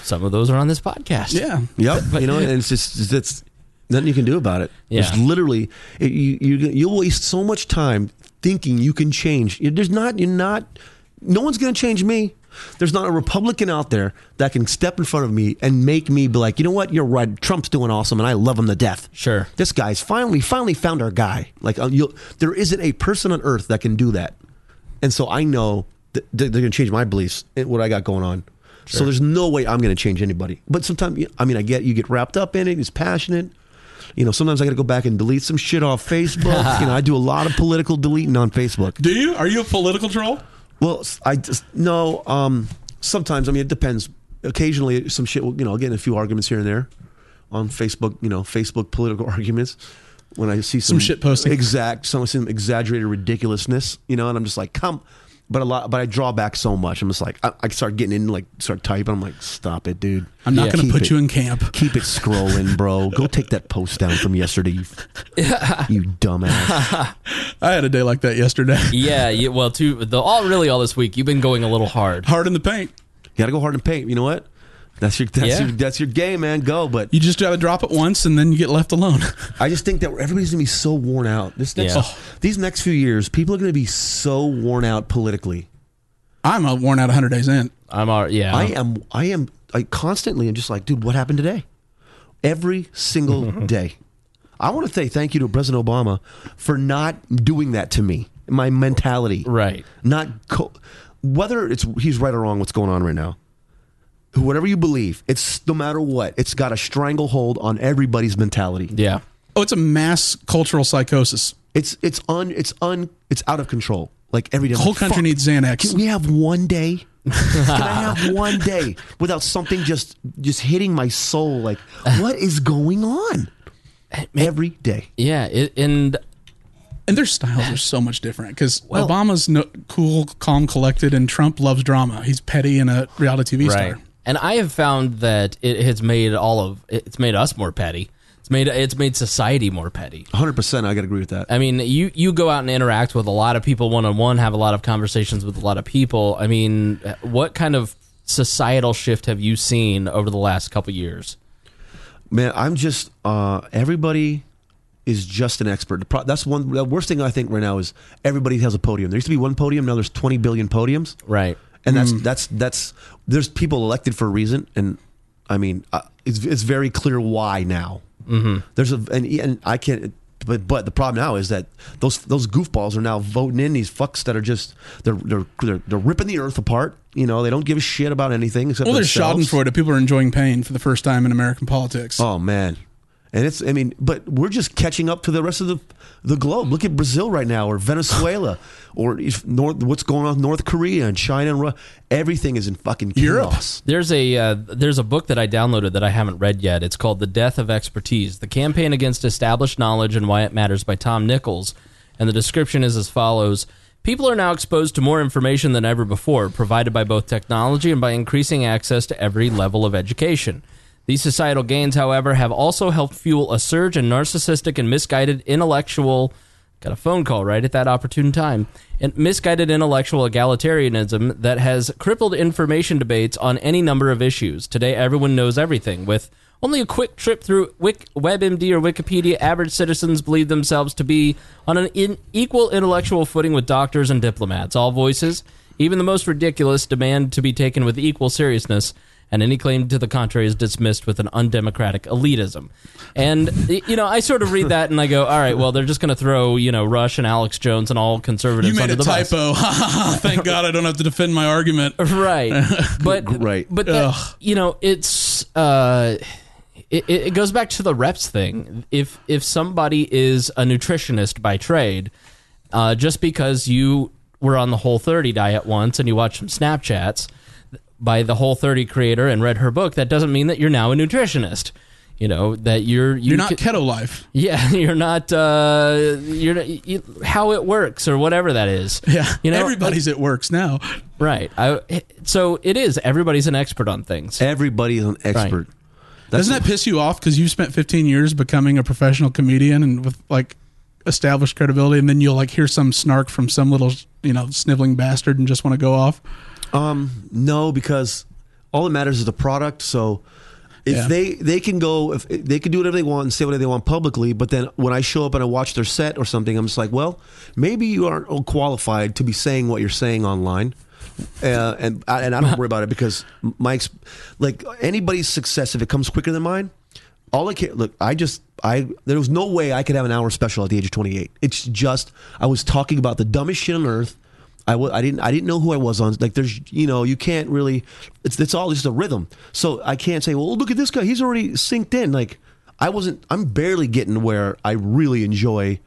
Some of those are on this podcast. Yeah. Yep. you know, and it's just it's nothing you can do about it. It's Yeah. literally it, you you you'll waste so much time thinking you can change. You- There's not you're not no one's going to change me. There's not a Republican out there that can step in front of me and make me be like, you know what, you're right. Trump's doing awesome, and I love him to death. Sure. this guy's finally finally found our guy. Like, uh, you'll, there isn't a person on earth that can do that, and so I know th- they're going to change my beliefs and what I got going on. So there's no way I'm going to change anybody. But sometimes, I mean, I get you get wrapped up in it. It's passionate. You know, sometimes I got to go back and delete some shit off Facebook. you know, I do a lot of political deleting on Facebook. Do you? Are you a political troll? Well, s- I just no. Um, sometimes I mean it depends. Occasionally, some shit. will You know, I'll get in a few arguments here and there on Facebook. You know, Facebook political arguments. When I see some, Some shit posting. exact some, some exaggerated ridiculousness, you know, and I'm just like, come. But a lot, but I draw back so much. I'm just like, I, I start getting in, like, start typing. I'm like, stop it, dude. I'm not going Keep to put it- you in camp. Keep it scrolling, bro. Go take that post down from yesterday, you, you dumbass. I had a day like that yesterday. Yeah, yeah. Well, too. The all really all this week. You've been going a little hard. Hard in the paint. Got to go hard and paint. You know what? That's your that's Yeah. your that's your game, man. Go, but You just got to drop it once and then you get left alone. I just think that everybody's gonna be so worn out. This next, oh, Yeah. these next few years, people are gonna be so worn out politically. I'm uh, worn out 100 days in. I'm all. Yeah. I am, I am, I constantly am just like, dude, what happened today? Every single Mm-hmm. day. I want to say thank you to President Obama for not doing that to me. My mentality, Right. Not co- whether it's he's right or wrong. What's going on right now? Whatever you believe, it's no matter what, it's got a stranglehold on everybody's mentality. yeah. Oh, it's a mass cultural psychosis. It's it's un it's un it's out of control. Like every day, The whole country fuck, needs Xanax. Can we have one day? Can I have one day without something just just hitting my soul? Like what is going on? Every day, Yeah. It, and And their styles are so much different because Obama's no, cool, calm, collected, and Trump loves drama. He's petty and a reality TV right. star. And I have found that it has made all of it's made us more petty. It's made it's made society more petty. hundred percent. I gotta agree with that. I mean, you you go out and interact with a lot of people one on one, have a lot of conversations with a lot of people. I mean, what kind of societal shift have you seen over the last couple years? Man, I'm just uh, everybody is just an expert. The pro- That's one. The worst thing I think right now is everybody has a podium. There used to be one podium. Now there's 20 billion podiums. Right. and Mm. that's that's that's there's people elected for a reason and i mean uh, it's, it's very clear why now mm-hmm. there's a and, and i can't but but the problem now is that those those goofballs are now voting in these fucks that are just they're they're they're, they're ripping the earth apart you know they don't give a shit about anything except Well, there's themselves. Schadenfreude. People are enjoying pain for the first time in American politics. oh man and it's i mean but we're just catching up to the rest of the the globe look at brazil right now or venezuela or if north what's going on with north korea and china and Russia. everything is in fucking chaos Europe. There's a uh, there's a book that I downloaded that I haven't read yet. It's called The Death of Expertise: The Campaign Against Established Knowledge and Why It Matters by Tom Nichols. And the description is as follows: People are now exposed to more information than ever before, provided by both technology and by increasing access to every level of education. These societal gains, however, have also helped fuel a surge in narcissistic and misguided intellectual Got a phone call right at that opportune time. And misguided intellectual egalitarianism that has crippled information debates on any number of issues. Today, everyone knows everything. With only a quick trip through Wik- WebMD or Wikipedia, average citizens believe themselves to be on an in- equal intellectual footing with doctors and diplomats. All voices, even the most ridiculous, demand to be taken with equal seriousness and any claim to the contrary is dismissed with an undemocratic elitism. And y- you know, I sort of read that and I go, all right, well, they're just going to throw you know Rush and Alex Jones and all conservatives you made under a the bus. typo. Thank God I don't have to defend my argument. right? But Right. but that, Ugh. you know, it's uh, it, it it goes back to the reps thing. If if somebody is a nutritionist by trade, uh, just because you were on the Whole 30 diet once and you watched some Snapchats by the Whole 30 creator and read her book, that doesn't mean that you're now a nutritionist. You know that you're you You're not ca- keto life. yeah, you're not. Uh, you're not, you, how it works or whatever that is. Yeah. you know Everybody's at works now. right. I, so it is. Everybody's an expert on things. Eh. Everybody is an expert. That's Doesn't that piss you off? Because you've spent 15 years becoming a professional comedian and with like established credibility, and then you'll like hear some snark from some little you know sniveling bastard and just want to go off. no, because all that matters is the product. So if Yeah. they they can go, if they can do whatever they want and say whatever they want publicly, but then when I show up and I watch their set or something, I'm just like, well, maybe you aren't qualified to be saying what you're saying online. Uh, and I, and I don't worry about it because my ex- like anybody's success if it comes quicker than mine. All I can look, I just I there was no way I could have an hour special at the age of 28. It's just I was talking about the dumbest shit on earth I w- I didn't I didn't know who I was on like there's you know you can't really it's it's all just a rhythm so I can't say well look at this guy he's already synced in like I wasn't I'm barely getting where I really enjoy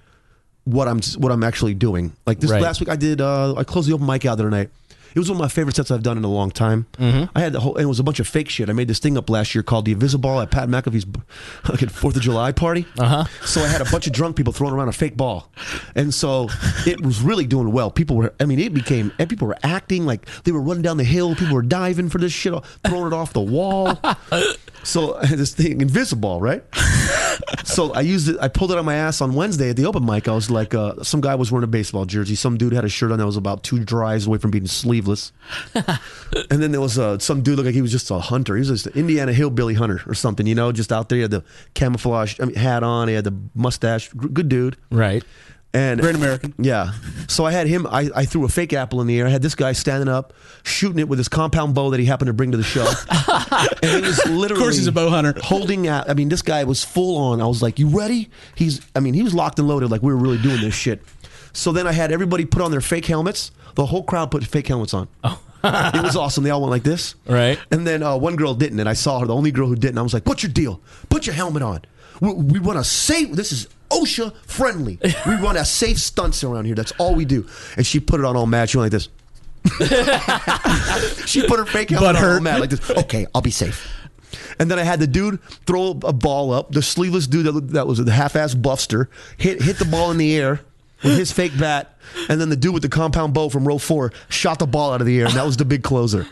what I'm what I'm actually doing like this Right. last week I did uh, I closed the open mic out the other night it was one of my favorite sets I've done in a long time I had the whole and it was a bunch of fake shit I made this thing up last year called the Invisiball at Pat McAfee's b- like at Fourth of July party uh-huh so I had a bunch of drunk people throwing around a fake ball and so it was really doing well people were I mean it became and people were acting like they were running down the hill people were diving for this shit throwing it off the wall so I had this thing Invisiball right so I used it. I pulled it on my ass on Wednesday at the open mic. I was like, uh, some guy was wearing a baseball jersey. Some dude had a shirt on that was about two drives away from being sleeveless. and then there was uh, some dude looked like he was just a hunter. He was just an Indiana hillbilly hunter or something, you know, just out there. He had the camouflage I mean, hat on. He had the mustache. G- Good dude. Right. And Great American. yeah. So I had him. I, I threw a fake apple in the air. I had this guy standing up, shooting it with his compound bow that he happened to bring to the show. and he was literally, of he's a bow hunter. holding out. I mean, this guy was full on. I was like, "You ready?" He's. I mean, he was locked and loaded. Like we were really doing this shit. So then I had everybody put on their fake helmets. The whole crowd put fake helmets on. Oh. it was awesome. They all went like this. Right. And then uh, one girl didn't, and I saw her, the only girl who didn't. I was like, "What's your deal? Put your helmet on. We, we want to save. This is OSHA friendly. We run a safe stunts around here. That's all we do." And she put it on all mad. She went like this. she put her fake helmet on all hurt. mad like this. Okay, I'll be safe. And then I had the dude throw a ball up. The sleeveless dude that, that was a half-ass buffster hit hit the ball in the air with his fake bat. And then the dude with the compound bow from row four shot the ball out of the air, and that was the big closer.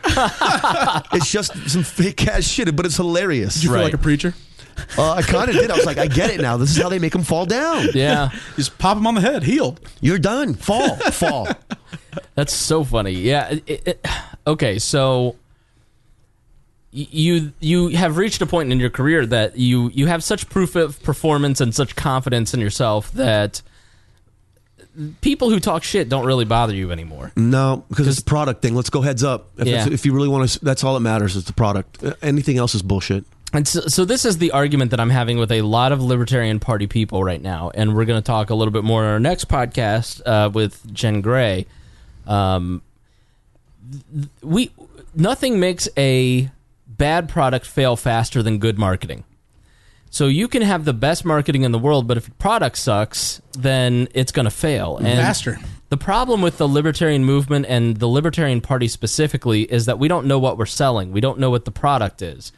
it's just some fake ass shit, but it's hilarious. You feel Right. like a preacher. Uh, I kind of did. I was like, I get it now. This is how they make them fall down. Yeah. Just pop him on the head. Healed. You're done. Fall, fall. That's so funny. Yeah. it- it- it- okay, so y- you you have reached a point in your career that you you have such proof of performance and such confidence in yourself that people who talk shit don't really bother you anymore. No, because it's the product thing. Let's go heads up. If, Yeah. it's- if you really want to, that's all that matters is the product. Uh, Anything else is bullshit. And so, so this is the argument that I'm having with a lot of Libertarian Party people right now, and we're going to talk a little bit more in our next podcast uh, with Jen Gray. Um, th- we nothing makes a bad product fail faster than good marketing. So you can have the best marketing in the world, but if your product sucks, then it's going to fail. And Faster. The problem with the libertarian movement and the libertarian party specifically is that we don't know what we're selling. We don't know what the product is.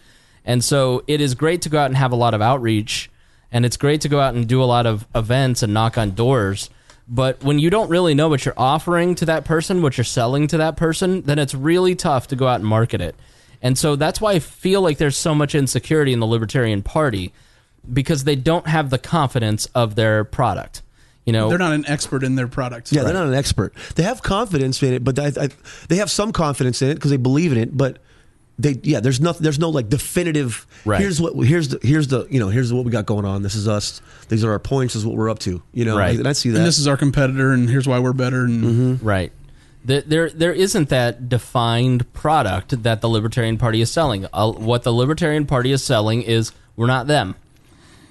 And so it is great to go out and have a lot of outreach and it's great to go out and do a lot of events and knock on doors. But when you don't really know what you're offering to that person, what you're selling to that person, then it's really tough to go out and market it. And so that's why I feel like there's so much insecurity in the libertarian party because they don't have the confidence of their product. You know, They're not an expert in their products. Oh. Yeah, they're not an expert. They have confidence in it, but I, I, they have some confidence in it because they believe in it. But they, yeah, there's nothing. There's no like definitive. Right. Here's what. Here's the. Here's the. You know. Here's what we got going on. This is us. These are our points. This is what we're up to. You know. Right. And I see that. Mm-hmm. And this is our competitor, and here's why we're better. And Right. Th- There, there isn't that defined product that the Libertarian Party is selling. Uh, what the Libertarian Party is selling is we're not them,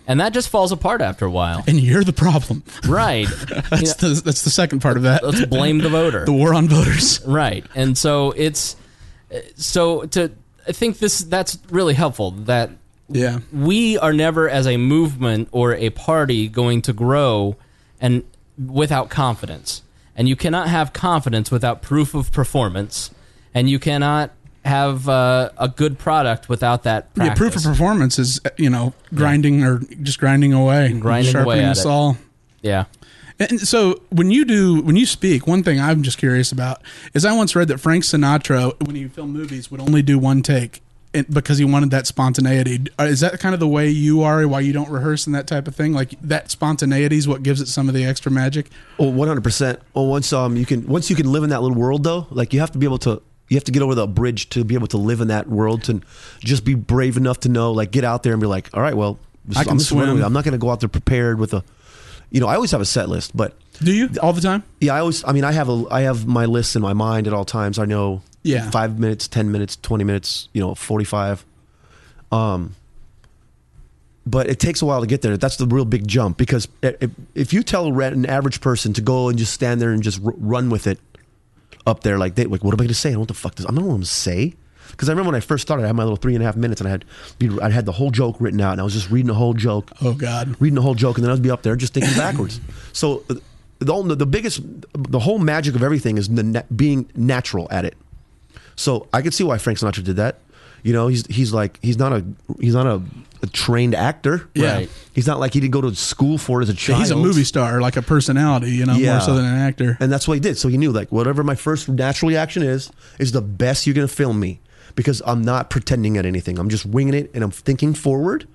and that just falls apart after a while. and you're the problem. Right. You know, That's the that's the second part of that. let's blame the voter. the war on voters. Right. And so it's uh, so to I think this that's really helpful that Yeah. we are never as a movement or a party going to grow and without confidence and you cannot have confidence without proof of performance and you cannot have uh, a good product without that Yeah, practice. proof of performance is uh, you know grinding or just grinding away, Grinding sharpening away at us it. all. yeah And so when you do when you speak, one thing I'm just curious about is I once read that Frank Sinatra, when he filmed movies, would only do one take and- because he wanted that spontaneity. Uh, Is that kind of the way you are? Why you don't rehearse and that type of thing? Like that spontaneity is what gives it some of the extra magic. Well, Oh, one hundred percent. Well, once um, you can once you can live in that little world though, like you have to be able to. You have to get over the bridge to be able to live in that world to just be brave enough to know, like, get out there and be like, all right, well, this, I can I'm, just running swim. with it. I'm not going to go out there prepared with a, you know, I always have a set list, but Do you all the time? Yeah, I always. I mean, I have a. I have my list in my mind at all times. I know. Yeah. Five minutes, ten minutes, twenty minutes. You know, forty-five. Um. But it takes a while to get there. That's the real big jump because i- if, if you tell a ran- an average person to go and just stand there and just r- run with it, up there like they like what am I gonna say? I don't know what the fuck this I don't know what I'm gonna say. Because I remember when I first started, I had my little three and a half minutes, and I had I had the whole joke written out, and I was just reading the whole joke. Oh, God. reading the whole joke, and then I'd be up there just thinking backwards. So uh, the, whole- the biggest, the whole magic of everything is the na- being natural at it. So I could see why Frank Sinatra did that. You know, he's he's like he's not a he's not a, a trained actor. Yeah. Right. He's not like he didn't go to school for it as a child. He's a movie star, like a personality, you know, more so than an actor. And that's what he did. So he knew like whatever my first natural reaction is is the best you're gonna film me because I'm not pretending at anything. I'm just winging it and I'm thinking forward.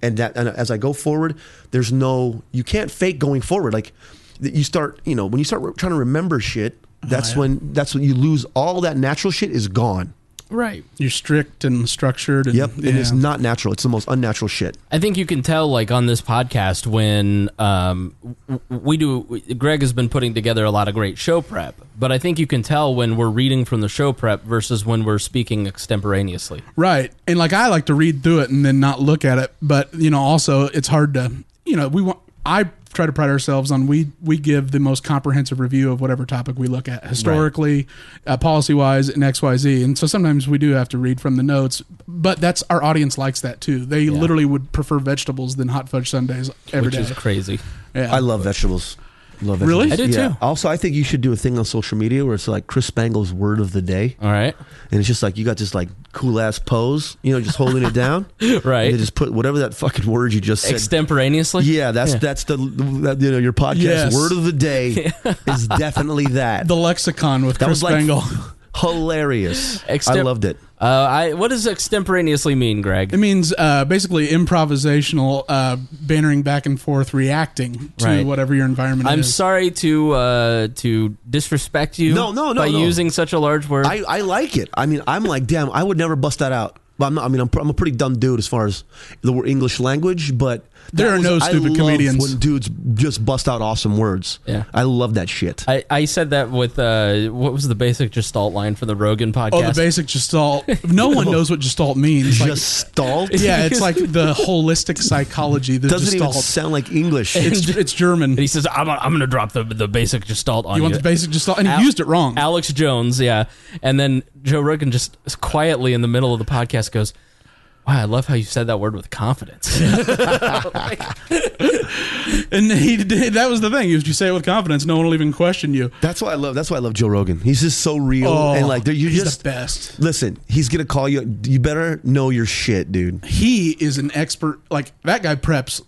And that and as I go forward, there's no you can't fake going forward. Like th- you start you know when you start re- trying to remember shit, that's Oh, yeah. when that's when you lose all that natural shit is gone. Right. You're strict and structured. And, Yep, yeah. it is not natural. It's the most unnatural shit. I think you can tell, like on this podcast, when um, w- we do. Greg has been putting together a lot of great show prep, but I think you can tell when we're reading from the show prep versus when we're speaking extemporaneously. Right. And like I like to read through it and then not look at it, but you know, also it's hard to, you know, we want I try to pride ourselves on we we give the most comprehensive review of whatever topic we look at historically, uh, policy wise and XYZ. And so sometimes we do have to read from the notes, but that's our audience likes that too. They literally would prefer vegetables than hot fudge sundaes every Which day. is crazy. Yeah. I love vegetables. Love Really? vegetables. I do, Yeah. too. Also, I think you should do a thing on social media where it's like Chris Spangle's word of the day. All right. and it's just like you got this like cool ass pose, you know, just holding it down, Right. And they just put whatever that fucking word you just said. Extemporaneously. yeah, that's that's the that, you know your podcast Yes. word of the day is definitely that. the lexicon with that Chris was like Spangle. hilarious. I Extem- loved it. Uh, I. What does extemporaneously mean, Greg? It means uh, basically improvisational, uh, bantering back and forth, reacting to Right. whatever your environment I'm is. sorry to uh, to disrespect you. No, no, no, by no. using such a large word. I, I like it. I mean, I'm like, damn, I would never bust that out. But I'm not, I mean, I'm, pr- I'm a pretty dumb dude as far as the word English language, but There that are no I stupid love comedians. when dudes just bust out awesome words. Yeah. I love that shit. I, I said that with uh, what was the basic gestalt line for the Rogan podcast? Oh, the basic gestalt. No one knows what gestalt means. Like, Gestalt? yeah, it's like the holistic psychology. The doesn't gestalt. even sound like English. it's, it's German. And he says, "I'm, I'm going to drop the the basic gestalt on You you." want the basic gestalt, and he Al- used it wrong. Alex Jones, yeah, and then Joe Rogan just quietly in the middle of the podcast goes, "Wow, I love how you said that word with confidence." and he did, that was the thing. If you say it with confidence, no one will even question you. That's why I love. That's why I love Joe Rogan. He's just so real Oh, and like they're- you he's just the best. Listen, he's gonna call you. You better know your shit, dude. He is an expert. Like that guy preps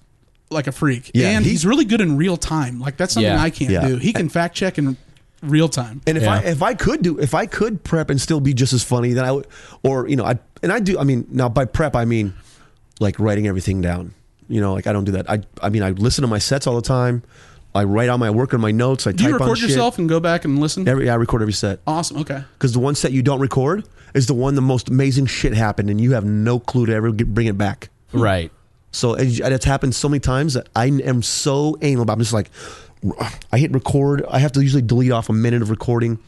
like a freak, Yeah, and he- he's really good in real time. Like that's something Yeah. I can't Yeah. do. He can fact check in real time. And if I Yeah. if I could do if I could prep and still be just as funny, then I would. Or you know, I and I do. I mean, now by prep I mean like writing everything down. You know, like I don't do that. I I mean, I listen to my sets all the time. I write out my work on my notes. I do type you on record shit. yourself and go back and listen? Every I record every set awesome. Okay. because the one set you don't record is the one the most amazing shit happened and you have no clue to ever get, bring it back. right. So it- and it's happened so many times that I am so anal about. I'm just like, I hit record. I have to usually delete off a minute of recording,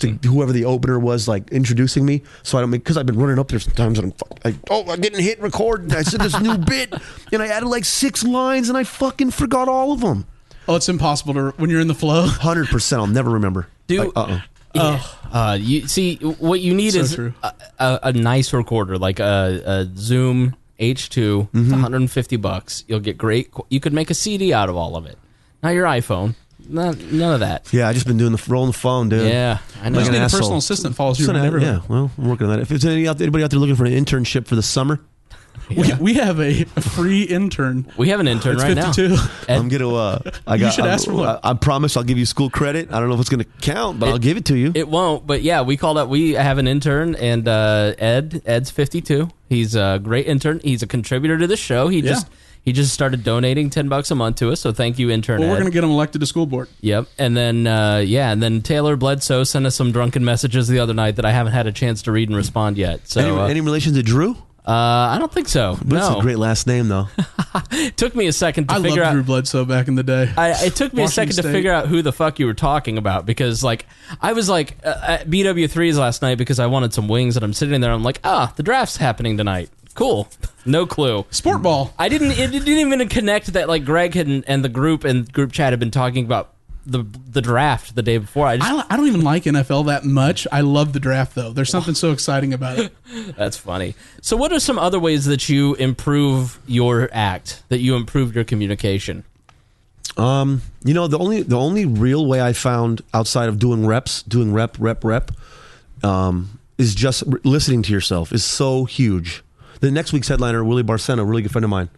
to whoever the opener was like introducing me. So I don't because I've been running up there sometimes and I'm fuck- I, oh I didn't hit record. And I said this new bit and I added like six lines and I fucking forgot all of them. Oh, it's impossible to when you're in the flow. Hundred percent. I'll never remember. Do- Like, uh-uh. uh-oh. Uh, you see what you need So is true. a, a, a nice recorder, like a, a Zoom H2. It's Mm-hmm. 150 bucks. You'll get great. qu- You could make a CD out of all of it. Not your iPhone. Not, none of that. Yeah, I just been doing the rolling the phone, dude. Yeah, I know. You just an need a asshole. personal assistant follows you Just around an- everywhere. yeah, well, I'm working on that. If there's any out- anybody out there looking for an internship for the summer, We, we have a free intern. We have an intern It's right now. 52. Ed- I'm gonna. Uh, I got. should I'm- ask for one. I, I promise I'll give you school credit. I don't know if it's gonna count, but I'll give it to you. It won't, but yeah, we called up. We have an intern, and uh, Ed. Ed's fifty-two. He's a great intern. He's a contributor to the show. He just he just started donating ten bucks a month to us. So thank you, intern. Well, we're Ed. going to get him elected to school board. Yep. And then, uh, yeah, and then Taylor Bledsoe sent us some drunken messages the other night that I haven't had a chance to read and respond yet. So, any, uh, any relation to Drew? uh, I don't think so. But it's no. a great last name, though. It took me a second to I figure loved out. Drew Bledsoe back in the day. I, it took me a second Washington to State. figure out who the fuck you were talking about because, like, I was like uh, at BW3s last night because I wanted some wings, and I'm sitting there. I'm like, ah, the draft's happening tonight. Cool. No clue. Sport ball. I didn't. It didn't even connect that like Greg had and the group and group chat had been talking about the the draft the day before. I just, I, I don't even like NFL that much. I love the draft though. There's something so exciting about it. that's funny. So, what are some other ways that you improve your act? That you improve your communication? You know, the only the only real way I found outside of doing reps, doing rep, rep, rep, um, is just r- listening to yourself is so huge. The next week's headliner, Willie Barcena, a really good friend of mine.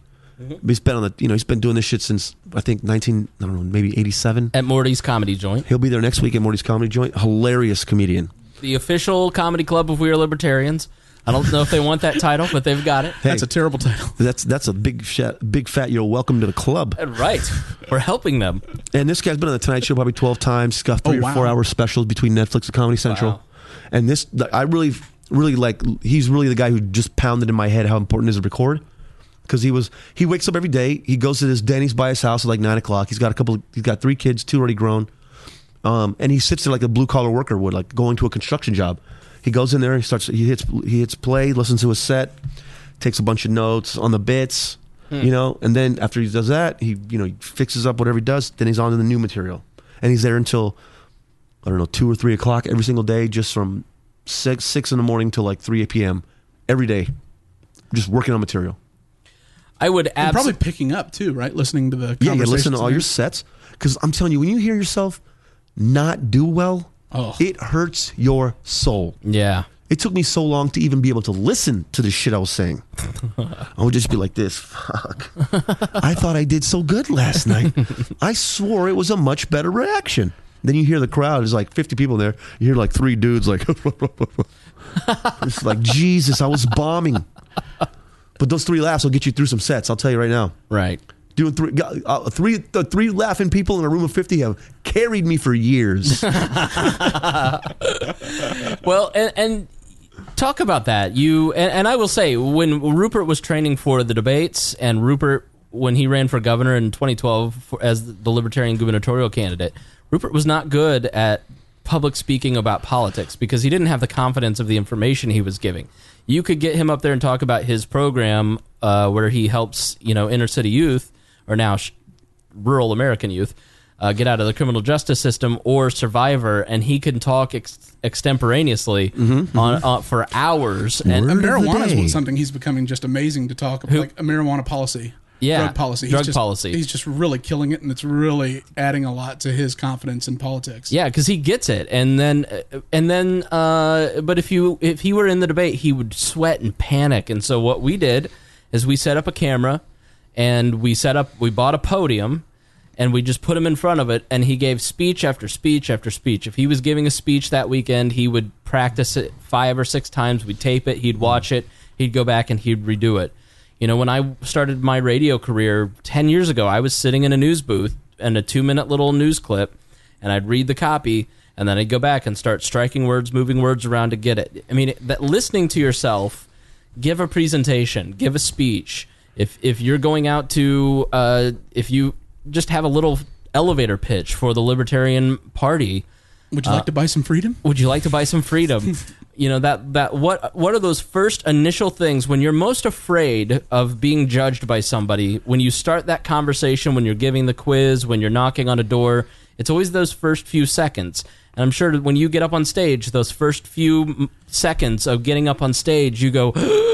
He's been on the, you know, he's been doing this shit since I think nineteen, I don't know, maybe eighty-seven. At Morty's Comedy Joint, He'll be there next week at Morty's Comedy Joint. Hilarious comedian. the official comedy club of We Are Libertarians. I don't know if they want that title, but they've got it. That's a terrible title. That's that's a big sha- big fat. You're welcome to the club. Right, we're helping them. And this guy's been on the Tonight Show probably twelve times. He's got three Oh, or wow. four hour specials between Netflix and Comedy Central. Wow. And this, th- I really, really like. He's really the guy who just pounded in my head how important it is to record. Because he was, he wakes up every day. He goes to this Danny's by his house at like nine o'clock. He's got a couple. He's got three kids, two already grown. Um, and he sits there like a blue collar worker would, like going to a construction job. He goes in there, he starts, he hits, he hits play, listens to a set, takes a bunch of notes on the bits, Hmm. you know, and then after he does that, he you know he fixes up whatever he does. Then he's on to the new material, and he's there until I don't know two or three o'clock every single day, just from six six in the morning till like three p.m. every day, just working on material. I would And absolutely. probably picking up too, right? Listening to the Yeah, you listen to conversations all in your there. sets because I'm telling you, when you hear yourself not do well, Oh. it hurts your soul. Yeah. It took me so long to even be able to listen to the shit I was saying. I would just be like this. Fuck. I thought I did so good last night. I swore it was a much better reaction. Then you hear the crowd. There's like 50 people in there. You hear like three dudes like, it's like Jesus. I was bombing. But those three laughs will get you through some sets. I'll tell you right now. Right. Doing three, got- uh, three, the three laughing people in a room of 50 have carried me for years. Well, and, and talk about that. You and, and I will say when Rupert was training for the debates, and Rupert when he ran for governor in 2012 for, as the Libertarian gubernatorial candidate, Rupert was not good at public speaking about politics because he didn't have the confidence of the information he was giving. You could get him up there and talk about his program uh, where he helps you know inner city youth or now sh- rural American youth uh, get out of the criminal justice system or survivor, and he can talk ex- extemporaneously on uh, for hours. And And Word of the marijuana day. is something he's becoming just amazing to talk about, like a marijuana policy, Yeah, drug policy, drug he's just, policy. He's just really killing it, and it's really adding a lot to his confidence in politics. yeah, because he gets it, and then and then. Uh, but if you if he were in the debate, he would sweat and panic. And so what we did is we set up a camera, and we set up we bought a podium. And we just put him in front of it, and he gave speech after speech after speech. If he was giving a speech that weekend, he would practice it five or six times. We'd tape it, he'd watch it, he'd go back and he'd redo it. You know, when I started my radio career 10 years ago, I was sitting in a news booth and a two minute little news clip, and I'd read the copy, and then I'd go back and start striking words, moving words around to get it. I mean, that listening to yourself, give a presentation, give a speech. If, if you're going out to, uh, if you just have a little elevator pitch for the Libertarian Party, Would you uh, like to buy some freedom? would you like to buy some freedom? you know that that what what are those first initial things when you're most afraid of being judged by somebody? When you start that conversation, when you're giving the quiz, when you're knocking on a door, it's always those first few seconds. And I'm sure that when you get up on stage, those first few m- seconds of getting up on stage, you go,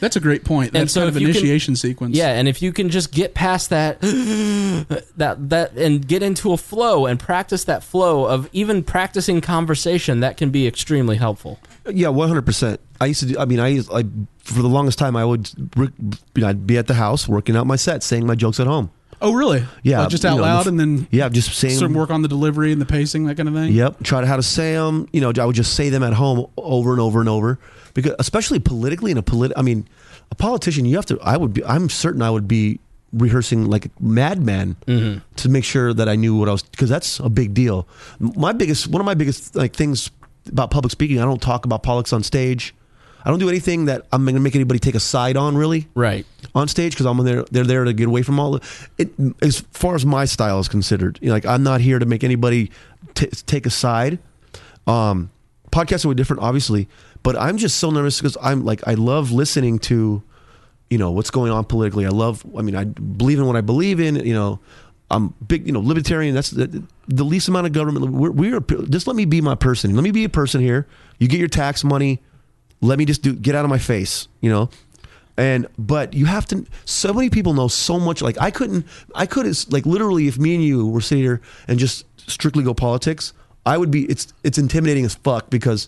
That's a great point. That's so kind of if you can- initiation sequence. yeah. And if you can just get past that, that that, and get into a flow and practice that flow of even practicing conversation, that can be extremely helpful. Yeah, one hundred percent. I used to do. I mean, I used I for the longest time I would re- you know, I'd be at the house working out my set, saying my jokes at home. Oh, really? Yeah, Like just you out know, loud, the- and then yeah, just saying. some work on the delivery and the pacing, that kind of thing. Yep, try to how to say them. You know, I would just say them at home over and over and over because, especially politically in a polit. I mean, a politician, you have to. I would be. I'm certain I would be rehearsing like a madman to make sure that I knew what I was because that's a big deal. My biggest, one of my biggest like things about public speaking, I don't talk about politics on stage. I don't do anything that I'm going to make anybody take a side on really Right. on stage because I'm there. They're there to get away from all. It, as far as my style is considered, you know, like I'm not here to make anybody t- take a side. Um, podcasts are different, obviously, but I'm just so nervous because I'm like I love listening to, you know, what's going on politically. I love. I mean, I believe in what I believe in. You know, I'm big, you know, libertarian. That's the, the least amount of government. We're, we are just let me be my person. Let me be a person here. You get your tax money. Let me just do get out of my face, you know. And but you have to. So many people know so much. Like I couldn't. I could not like literally if me and you were sitting here and just strictly go politics. I would be. It's it's intimidating as fuck because.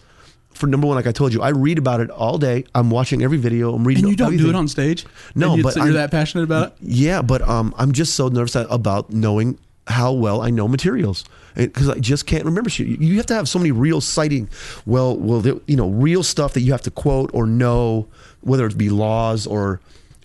For number one, like I told you, I read about it all day. I'm watching every video. I'm reading. And you don't do everything. it on stage. No, And you- but so you're I'm- that passionate about it. Yeah, but um, I'm just so nervous about knowing how well I know materials because I just can't remember shit. You- You have to have so many real citing, well, well, the- you know, real stuff that you have to quote or know, whether it be laws or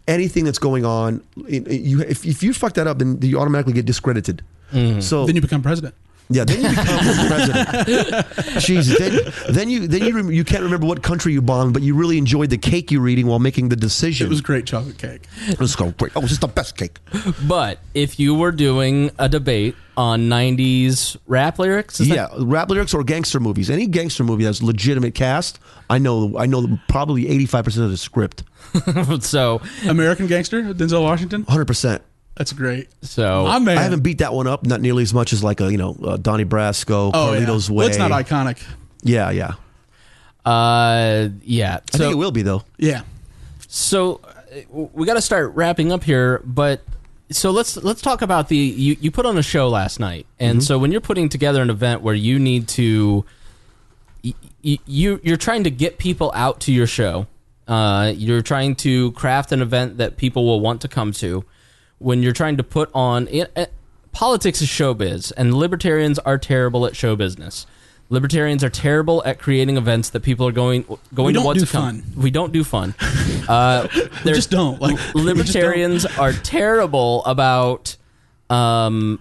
anything that's going on. It- it- You, if, if you fuck that up, then you automatically get discredited. So Mm-hmm. Then you become president. yeah, then you become the president. Jesus, then, then you then you rem- you can't remember what country you bombed, but you really enjoyed the cake you're eating while making the decision. It was great chocolate cake. it was so great. Oh, this is the best cake. But if you were doing a debate on 90s rap lyrics, is that- yeah, rap lyrics or gangster movies. Any gangster movie that's legitimate cast, I know. I know probably eighty five percent of the script. so American Gangster, Denzel Washington. Hundred percent. That's great. so My man. Oh, I haven't beat that one up. Not nearly as much as like a you know uh, Donnie Brasco, Oh, yeah. Carlito's Way. Well, it's not iconic. yeah, yeah. uh yeah. So I think it will be though. Yeah. so uh, w- we got to start wrapping up here, but so let's let's talk about the you, you put on a show last night, Mm-hmm. and so when you're putting together an event where you need to y- y- you you're trying to get people out to your show. Uh, you're trying to craft an event that people will want to come to. When you're trying to put on it, it- politics is showbiz, and libertarians are terrible at show business. Libertarians are terrible at creating events that people are going going to don't want do to come. fun. We don't do fun. Uh, they're- just don't, like, we just libertarians are terrible about um,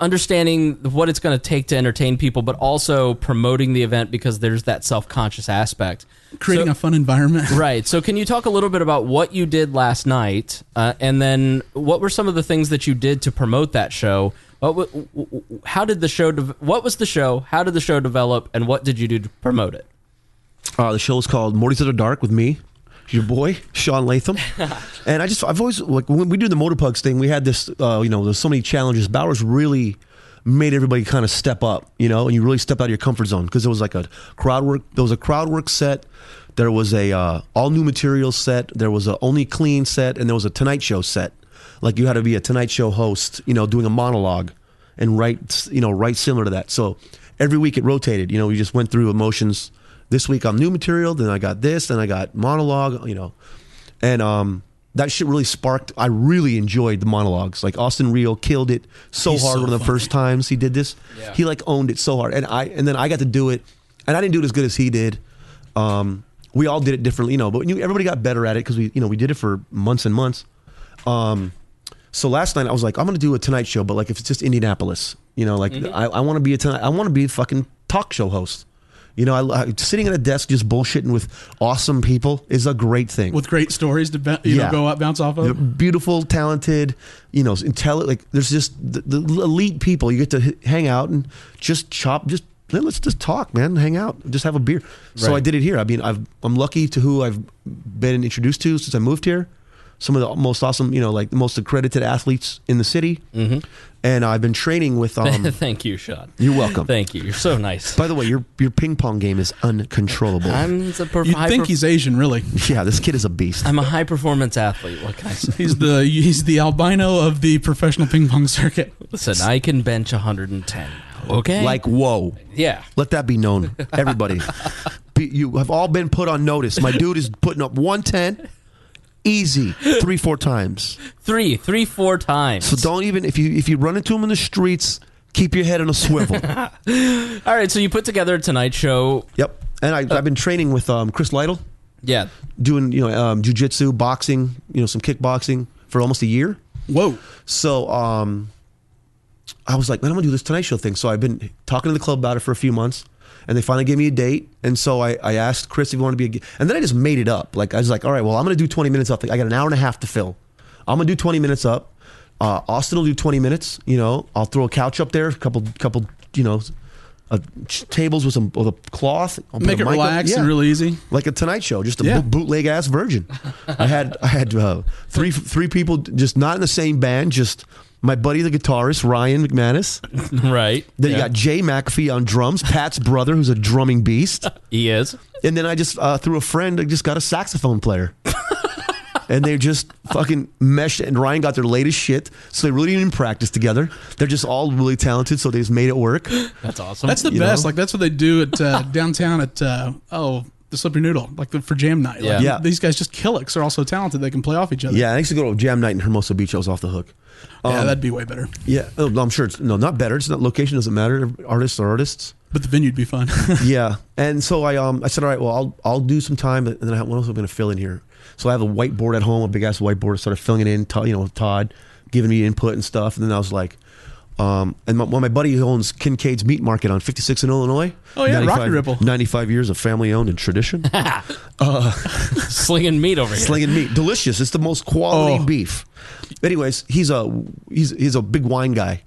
understanding what it's going to take to entertain people, but also promoting the event because there's that self conscious aspect. Creating So- a fun environment. Right. So, can you talk a little bit about what you did last night, uh, and then what were some of the things that you did to promote that show? What, wa- w- w- w- how did the show? De- what was the show? How did the show develop, and what did you do to promote it? Uh, the show is called Morty's of the Dark with me, your boy Sean Latham, and I just I've always like when we do the Motorpugs thing, we had this uh, you know there's so many challenges. Bowers really made everybody kind of step up, you know, and you really step out of your comfort zone because there was like a crowd work. There was a crowd work set. There was a uh, all new material set. There was a only clean set, and there was a Tonight Show set. Like you had to be a Tonight Show host, you know, doing a monologue and write you know write similar to that. So every week it rotated. You know, we just went through emotions. This week I'm new material, then I got this, then I got monologue. You know, and um, that shit really sparked. I really enjoyed the monologues. Like Austin Real killed it so He's hard so one of the funny. first times he did this. Yeah. He like owned it so hard, and I and then I got to do it, and I didn't do it as good as he did. Um, we all did it differently, you know, but you, everybody got better at it because we you know we did it for months and months. Um, so last night I was like, I'm gonna do a Tonight Show, but like if it's just Indianapolis, you know, like I, I want to be a tonight, I want to be a fucking talk show host. You know, I, I- sitting at a desk just bullshitting with awesome people is a great thing. With great stories to ba- you Yeah. know, go out, bounce off They're of. beautiful, talented, you know, intelligent. Like there's just the, the elite people you get to h- hang out and just chop. Just let- let's just talk, man. Hang out, just have a beer. So I Right. did it here. I mean, I've, I'm lucky to who I've been introduced to since I moved here. Some of the most awesome, you know, like the most accredited athletes in the city. Mm-hmm. And I've been training with. Um, Thank you, Sean. you're welcome. Thank you. You're so nice. By the way, your your ping pong game is uncontrollable. I'm a perf- You high think perf- he's Asian, really? yeah, this kid is a beast. I'm a high performance athlete. What can I say? He's the he's the albino of the professional ping pong circuit. Listen, I can bench 110. Okay. Like whoa. yeah. Let that be known, everybody. be, you have all been put on notice. My dude is putting up 110 easy three four times. Three, three, four times. So don't even if you if you run into him in the streets, keep your head on a swivel. All right. So you put together a Tonight Show. yep. And I, I've been training with um, Chris Lytle, Yeah. doing you know um, jujitsu, boxing, you know some kickboxing for almost a year. Whoa. So um, I was like, man, I'm gonna do this Tonight Show thing. So I've been talking to the club about it for a few months, and they finally gave me a date. And so I, I asked Chris if he wanted to be a, gu- and then I just made it up. Like I was like, all right, well, I'm gonna do 20 minutes up. I got an hour and a half to fill. I'm gonna do 20 minutes up. Uh, Austin will do 20 minutes. You know, I'll throw a couch up there, a couple couple, you know, uh, ch- tables with some with a cloth. I'll put Make a it mic up. relaxed Yeah and really easy. like a Tonight Show, just a Yeah. bo- bootleg ass virgin. I had I had uh, three three people just not in the same band, just my buddy the guitarist Ryan McManus. right. Then Yeah. you got Jay McAfee on drums, Pat's brother, who's a drumming beast. He is. And then I just uh, through a friend, I just got a saxophone player. and they just fucking meshed. And Ryan got their latest shit, so they really didn't even practice together. They're just all really talented, so they just made it work. That's awesome. That's the You best. know? Like that's what they do at uh, downtown at uh, oh the Slippery Noodle, like the, for jam night. Like, Yeah. Yeah. These guys just kill it 'cause they're all so talented. They can play off each other. Yeah, I used to go to a jam night in Hermosa Beach. I was off the hook. Um, yeah, that'd be way better. Yeah, oh, no, I'm sure it's no, not better. It's not location doesn't matter. Artists are artists. But the venue'd be fun. yeah, and so I um I said, all right, well I'll I'll do some time, and then I, what else am I going to fill in here? So I have a whiteboard at home, a big ass whiteboard. I started filling it in, Todd- you know, Todd giving me input and stuff, and then I was like. Um, and my, well, my buddy who owns Kincaid's Meat Market on 56 in Illinois. Oh, yeah, Rocky 95 Ripple. 95 years of family owned and tradition. Slinging meat over here. slinging meat. Delicious. It's the most quality Oh. beef. Anyways, he's a he's he's a big wine guy,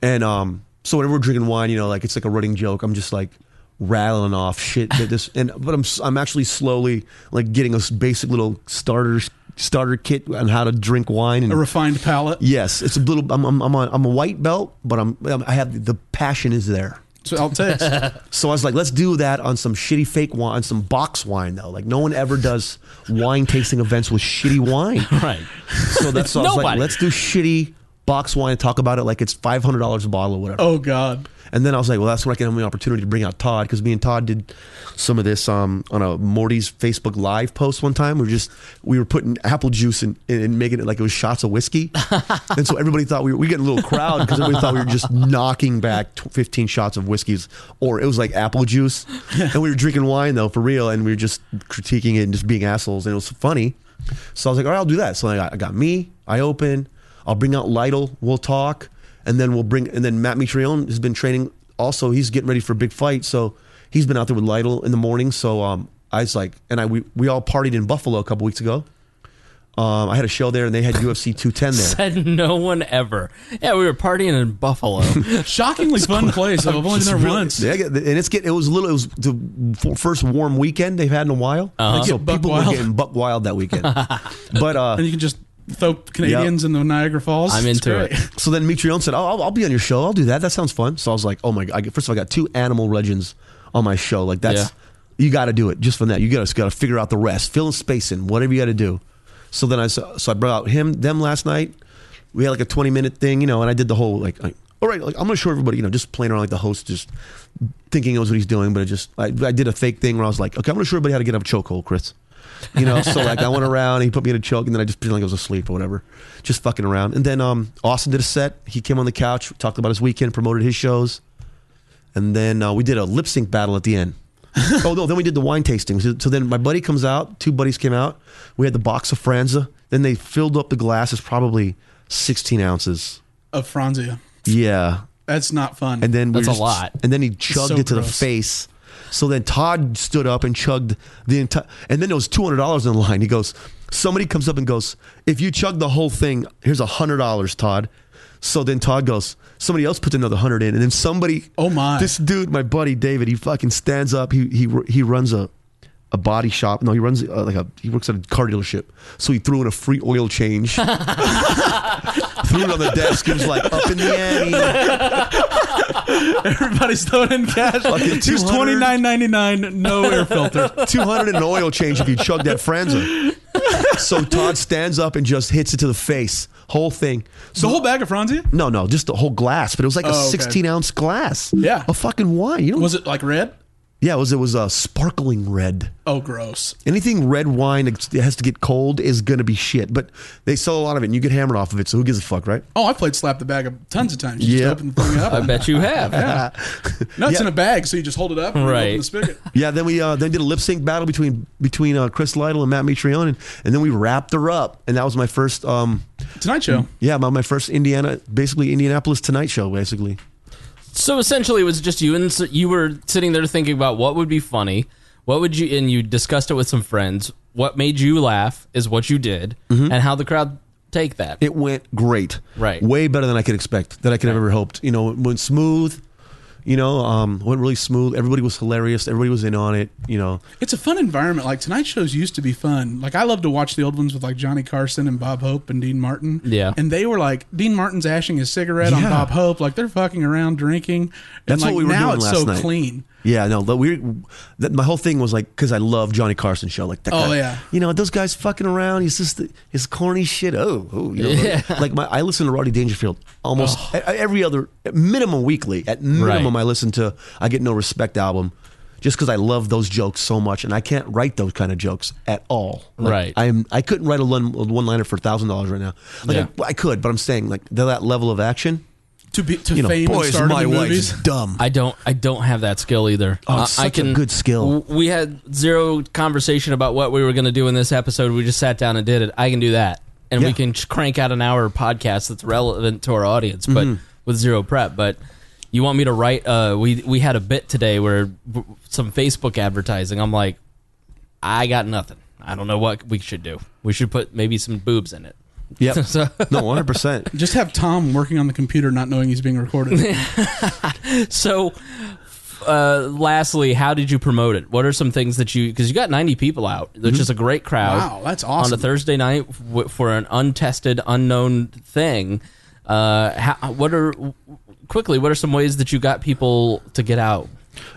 and um, so whenever we're drinking wine, you know, like it's like a running joke. I'm just like rattling off shit that this, and but I'm s- I'm actually slowly like getting a s- basic little starter starter kit on how to drink wine and a refined palate. yes, it's a little. I'm I'm I'm a, I'm a white belt, but I'm, I'm I have the passion is there. So I'll take. So I was like, let's do that on some shitty fake wine, on some box wine though. Like no one ever does wine tasting events with shitty wine. Right. So that's so I was like, Nobody. let's do shitty box wine and talk about it like it's five hundred dollars a bottle or whatever. Oh God. And then I was like, well, that's when I can have the opportunity to bring out Todd because me and Todd did some of this um, on a Morty's Facebook Live post one time. We were just we were putting apple juice and, and making it like it was shots of whiskey, and so everybody thought we were, we get a little crowd because everybody thought we were just knocking back tw- fifteen shots of whiskeys or it was like apple juice, and we were drinking wine though for real, and we were just critiquing it and just being assholes, and it was funny. So I was like, all right, I'll do that. So I got, I got me, I open, I'll bring out Lytle, we'll talk and then we'll bring and then Matt Mitrione has been training. Also, he's getting ready for a big fight, so he's been out there with Lytle in the morning. So um, I was like, and I we, we all partied in Buffalo a couple weeks ago. Um, I had a show there, and they had UFC 210 there. Said no one ever. Yeah, we were partying in Buffalo. Shockingly fun place. I've only been there once. They get- and it's get it was a little. It was the f- first warm weekend they've had in a while. They So get Uh-huh. buck people were wild. getting buck wild that weekend. but uh, And you can just throw Canadians in the Niagara Falls. I'm It's into great. it. So then Mitrione said, oh, I'll, I'll be on your show. I'll do that. That sounds fun. So I was like, oh my God. I get- First of all, I got two animal legends on my show. Like, that's, you got to do it just for that. You got to got to figure out the rest, fill in space in, whatever you got to do. So then I, s- so I brought out him, them last night. We had like a 20 minute thing, you know, and I did the whole like, like all right, like I'm going to show everybody, you know, just playing around like the host, just thinking it was what he's doing. But it just, I, I did a fake thing where I was like, okay, I'm going to show everybody how to get out of a chokehold, Chris. You know, so like I went around, he put me in a choke, and then I just pretended like I was asleep or whatever, just fucking around. And then um, Austin did a set. He came on the couch, talked about his weekend, promoted his shows, and then uh, we did a lip sync battle at the end. oh no, then we did the wine tasting. So, so then my buddy comes out, two buddies came out. We had the box of Franza. Then they filled up the glasses, probably sixteen ounces. Of Franzia. Yeah, That's not fun. and then we That's were a just- lot. And then he chugged so it to the gross. face. So then Todd stood up and chugged the entire. And then there was two hundred dollars in the line. He goes, somebody comes up and goes, if you chug the whole thing, here's hundred dollars, Todd. So then Todd goes, somebody else puts another hundred in, and then somebody. Oh, my. This dude, my buddy David, he fucking stands up. He he he runs a. A body shop? No, he runs uh, like a. He works at a car dealership, so he threw in a free oil change. threw it on the desk. He was like, "Up in the ante." Everybody's throwing in cash. Fucking Here's 200. twenty nine ninety nine, no air filter. two hundred in an oil change if you chug that Franza. So Todd stands up and just hits it to the face, whole thing. The So whole bag of Franzia? no, no, just the whole glass, but it was like Oh, a okay. sixteen ounce glass. Yeah. a fucking wine. You know, Was it like red? yeah, it was it was a sparkling red. Oh, gross. Anything red wine that has to get cold is gonna be shit. But they sell a lot of it, and you get hammered off of it. So who gives a fuck, right? Oh, I played slap the bag of tons of times. You Yeah. just open the thing up. I bet you have. No, it's Yeah. in a bag, so you just hold it up and Right. open the spigot. Yeah, then we uh, then did a lip sync battle between between uh, Chris Lytle and Matt Mitrione, and, and then we wrapped her up, and that was my first um Tonight show. yeah my, my first Indiana basically Indianapolis Tonight Show basically. So essentially, it was just you and s- you were sitting there thinking about what would be funny, what would you, and you discussed it with some friends. What made you laugh is what you did, and how the crowd take that. it went great. Right. Way better than I could expect, that I could have ever hoped. You know, it went smooth. You know, um, went really smooth. Everybody was hilarious. Everybody was in on it. You know, It's a fun environment. Like tonight shows used to be fun. Like I love to watch the old ones with like Johnny Carson and Bob Hope and Dean Martin. Yeah. And they were like Dean Martin's ashing his cigarette on Yeah. Bob Hope. Like they're fucking around drinking. And That's like what we were now doing it's last so night. clean. Yeah, no, but we that my whole thing was like because I love Johnny Carson show like that. Oh, guy- yeah. you know those guys fucking around. He's just his corny shit. Oh, oh, you know, like my I listen to Roddy Dangerfield almost Oh. e- every other at minimum weekly. At minimum, Right. I listen to I Get No Respect album just because I love those jokes so much, and I can't write those kind of jokes at all. Like, Right. I'm I couldn't write a one liner for thousand dollars right now. Like Yeah. I, I could, but I'm saying like they're that level of action. To be to You know, fame boy, and is stardom my in wife movies. is dumb. I don't. I don't have that skill either. Oh, Uh, it's I such a can, good skill. w- We had zero conversation about what we were going to do in this episode. We just sat down and did it. I can do that, and we Yeah. can ch- crank out an hour podcast that's relevant to our audience, but Mm-hmm. with zero prep. But you want me to write? Uh, we we had a bit today where w- some Facebook advertising. I'm like, I got nothing. I don't know what we should do. We should put maybe some boobs in it. Yep. So- no, one hundred percent. Just have Tom working on the computer, not knowing he's being recorded. So, uh, lastly, how did you promote it? What are some things that you because you got ninety people out, which is a great crowd. Mm-hmm. Wow, that's awesome. on a Thursday night w- for an untested, unknown thing. Uh, how, what are quickly? What are some ways that you got people to get out?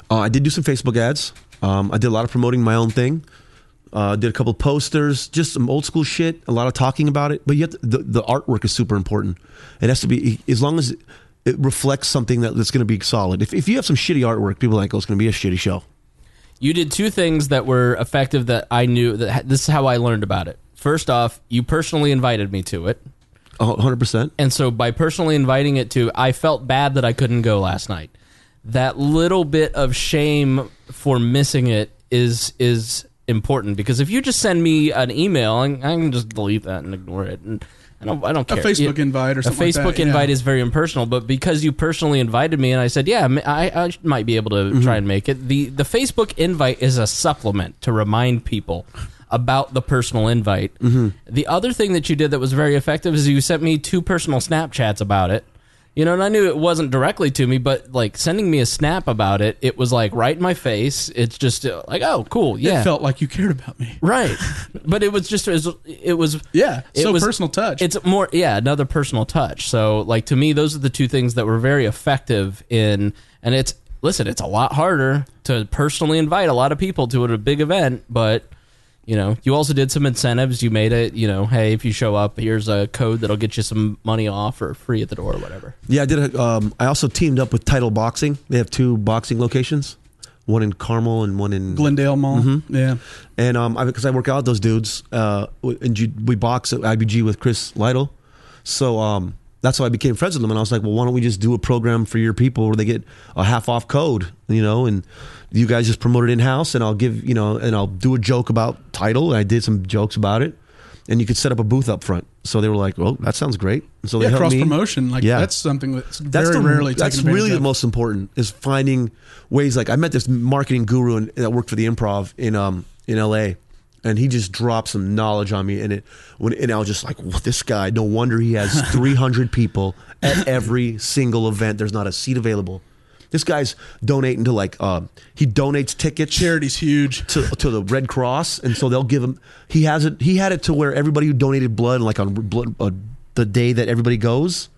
Uh, I did do some Facebook ads. Um, I did a lot of promoting my own thing. Uh, did a couple posters, just some old school shit. A lot of talking about it, but yet the, the artwork is super important. It has to be as long as it reflects something that, that's going to be solid. If, if you have some shitty artwork, people are like, oh, it's going to be a shitty show. You did two things that were effective that I knew that this is how I learned about it. First off, you personally invited me to it. Oh, 100%. And so by personally inviting it to, I felt bad that I couldn't go last night. That little bit of shame for missing it is is important because if you just send me an email, I, I can just delete that and ignore it, and I don't I don't A care. Facebook Yeah. invite or a something like Facebook that, yeah. invite is very impersonal, but because you personally invited me and I said, yeah, I, I might be able to Mm-hmm. try and make it. The the Facebook invite is a supplement to remind people about the personal invite. Mm-hmm. The other thing that you did that was very effective is you sent me two personal Snapchats about it. You know, and I knew it wasn't directly to me, but like sending me a snap about it, it was like right in my face. It's just uh, like, oh, cool, yeah. It felt like you cared about me. Right, but it was just it was, it was Yeah, it so was- personal touch. It's more yeah, another personal touch. So like to me, those are the two things that were very effective in. And it's listen, it's a lot harder to personally invite a lot of people to a big event, but you know, you also did some incentives. You made it, you know, hey, if you show up, here's a code that'll get you some money off or free at the door or whatever. Yeah, I did. A, um, I also teamed up with Title Boxing. They have two boxing locations, one in Carmel and one in Glendale Mall. Mm-hmm. Yeah. And um, I because I work out with those dudes, uh, and you, we box at IBG with Chris Lytle, so um, that's why I became friends with them. And I was like, well, why don't we just do a program for your people where they get a half off code, you know, and you guys just promote it in house, and I'll give you know, and I'll do a joke about title, and I did some jokes about it, and you could set up a booth up front. So they were like, well, that sounds great. And so they Yeah, helped cross me. promotion. Like Yeah. that's something that's, That's very the, rarely taken That's advantage really the of. most important is finding ways. Like I met this marketing guru in, that worked for the Improv in um in L.A. And he just dropped some knowledge on me, and it when and I was just like, well, this guy. No wonder he has 300 people at every single event. There's not a seat available. This guy's donating to like um he donates tickets charity's huge. to, to the Red Cross, and so they'll give him. He has it. He had it to where everybody who donated blood, like on blood, uh, the day that everybody goes,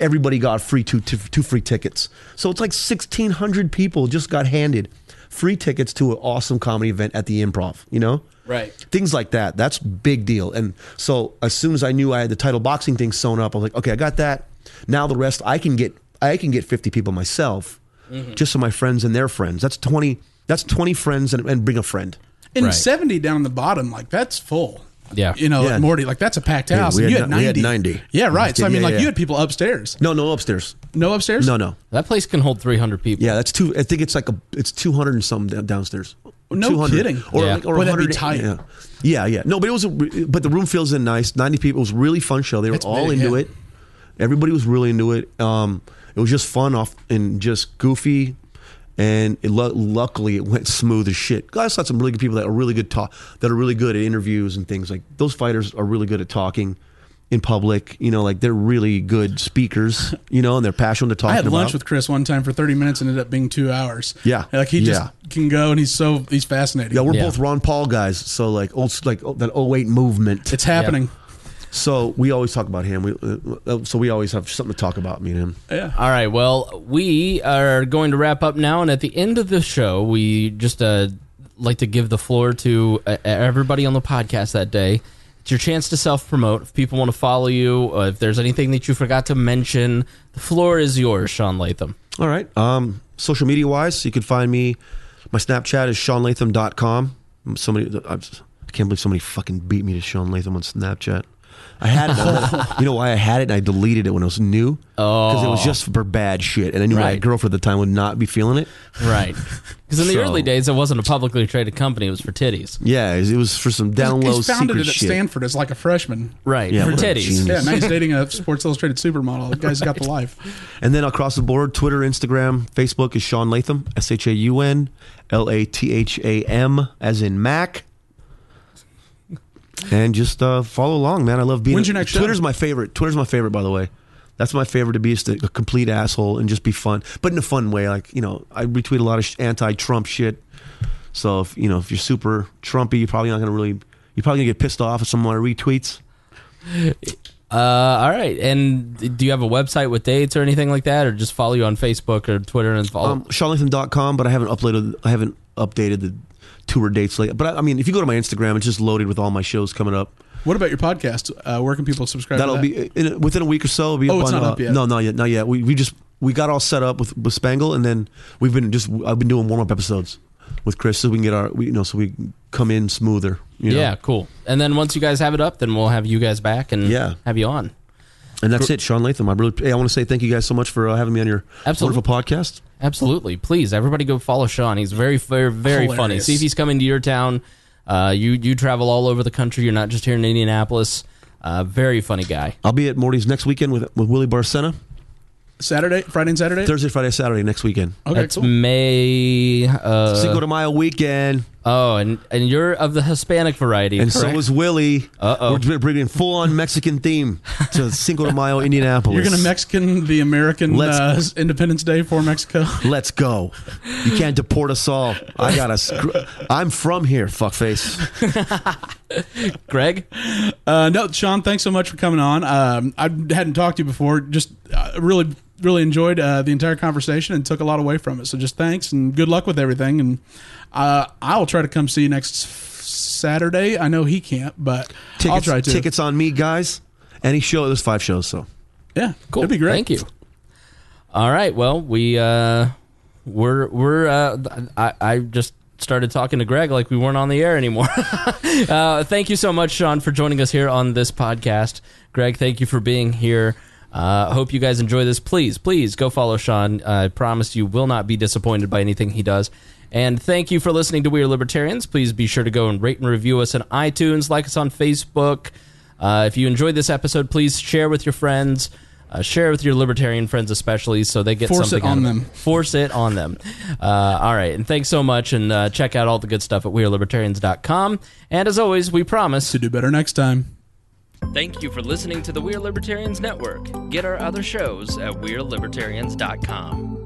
everybody got free two, two, two free tickets. So it's like sixteen hundred people just got handed free tickets to an awesome comedy event at the Improv. You know, Right. Things like that. That's big deal. And so as soon as I knew I had the title boxing thing sewn up, I was like, okay, I got that. Now the rest I can get. I can get fifty people myself, just so my friends and their friends. That's twenty. That's twenty friends and, and bring a friend. In Right. 70 down on the bottom, like that's full. Yeah. You know, Yeah. like Morty, like that's a packed house. we and you had had 90. ni- we had 90. Yeah, right. So, I Yeah, mean, like yeah. you had people upstairs. No, no upstairs. No upstairs? No, no. That place can hold 300 people. Yeah, that's two. I think it's like a it's two hundred and something down- downstairs. No 200. kidding. Or, Yeah. like, or Boy, that'd be 100 tight. Yeah. yeah, yeah. No, but it was. A, re- but the room fills in nice. Ninety people. It was a really fun show. They were That's all big, into yeah. it. Everybody was really into it. Um, it was just fun off and just goofy. And it, lu- luckily, it went smooth as shit. I saw some really good people that are really good talk, that are really good at interviews and things like those. Fighters are really good at talking in public. You know, like they're really good speakers. You know, and they're passionate to talk. I had about. lunch with Chris one time for 30 minutes and ended up being two hours. Yeah. Like he just Yeah. can go and he's so, he's fascinating. Yeah, we're Yeah. both Ron Paul guys, so like old, like oh, that 08 movement. it's happening. so we always talk about him. We uh, so we always have something to talk about. Me and him. All right. Well, we are going to wrap up now, and at the end of the show, we just uh, like to give the floor to uh, everybody on the podcast that day. It's your chance to self promote. If people want to follow you, uh, if there's anything that you forgot to mention, the floor is yours, Sean Latham. All right. Um, social media wise, you can find me. My Snapchat is seanlatham.com. Somebody, I can't believe somebody fucking beat me to Sean Latham on Snapchat. I had it. I let it- you know why I had it and I deleted it when it was new? Because it was just Oh. for bad shit. And I knew my Right. girlfriend at the time would not be feeling it. Right. Because in the So- early days, it wasn't a publicly traded company, it was for titties. Yeah, it was for some down low He's founded secret it at shit. Stanford as like a freshman. Right. Yeah, for what a titties. genius. Yeah, now he's dating a Sports Illustrated supermodel. The guy's got the life. And then across the board, Twitter, Instagram, Facebook is Sean Latham, S H A U N L A T H A M, as in Mac. And just uh, follow along, man. I love being. When's your next show? Twitter's my favorite. Twitter's my favorite, by the way. That's my favorite to be just a, a complete asshole and just be fun, but in a fun way. Like you know, I retweet a lot of sh- anti-Trump shit. So if you know if you're super Trumpy, you're probably not gonna really. You're probably gonna get pissed off if someone retweets. Uh, all right. And do you have a website with dates or anything like that, or just follow you on Facebook or Twitter and follow? Oh. um, seanlatham.com, but I haven't uploaded. I haven't updated the tour dates lately. But I, I mean, if you go to my Instagram, it's just loaded with all my shows coming up. What about your podcast? Uh, where can people subscribe? That'll to that? be in, within a week or so. It'll be Oh, up it's on, not uh, up yet. No, not yet. Not yet. We we just we got all set up with, with Spangle, and then we've been just I've been doing warm up episodes with Chris, so we can get our we, you know so we come in smoother. you know? Yeah, cool. And then once you guys have it up, then we'll have you guys back and Yeah. have you on. and that's it, Sean Latham. I really hey, I want to say thank you guys so much for uh, having me on your Absolutely. wonderful podcast. Absolutely. Please, everybody go follow Sean. He's very, very, very Hilarious. funny. See if he's coming to your town. Uh, you, you travel all over the country. You're not just here in Indianapolis. Uh, very funny guy. I'll be at Morty's next weekend with with Willie Barcena Saturday, Friday and Saturday. Thursday, Friday, Saturday next weekend. Okay, That's cool. May. Uh, Cinco de Mayo weekend. oh, and, and you're of the Hispanic variety. And correct? so is Willie. Uh-oh. We're bringing full on Mexican theme to Cinco de Mayo, Indianapolis. You're going to Mexican the American Let's- uh, Independence Day for Mexico. Let's go. You can't deport us all. I got us. I'm from here, fuckface. Greg? Uh, no, Sean, thanks so much for coming on. Um, I hadn't talked to you before. Just uh, really, really enjoyed uh, the entire conversation and took a lot away from it. So just thanks and good luck with everything. And uh, I'll try to come see you next Saturday. I know he can't, but Tickets, I'll try to. tickets on me, guys. Any show. There's five shows, so. Yeah, Cool. It'd be great. Thank you. All right. Well, we uh, we're we're uh, I I just started talking to Greg like we weren't on the air anymore. uh, thank you so much, Sean, for joining us here on this podcast. Greg, thank you for being here. Uh, hope you guys enjoy this. Please, please go follow Sean. I promise you will not be disappointed by anything he does. And thank you for listening to We Are Libertarians. Please be sure to go and rate and review us on iTunes, like us on Facebook. Uh, if you enjoyed this episode, please share with your friends. Uh, share with your libertarian friends, especially, so they get Force something it out on of them. Force it on them. Uh, all right, and thanks so much, and uh, check out all the good stuff at WeAreLibertarians.com. And as always, we promise To do better next time. Thank you for listening to the We're Libertarians Network. Get our other shows at We'reLibertarians.com.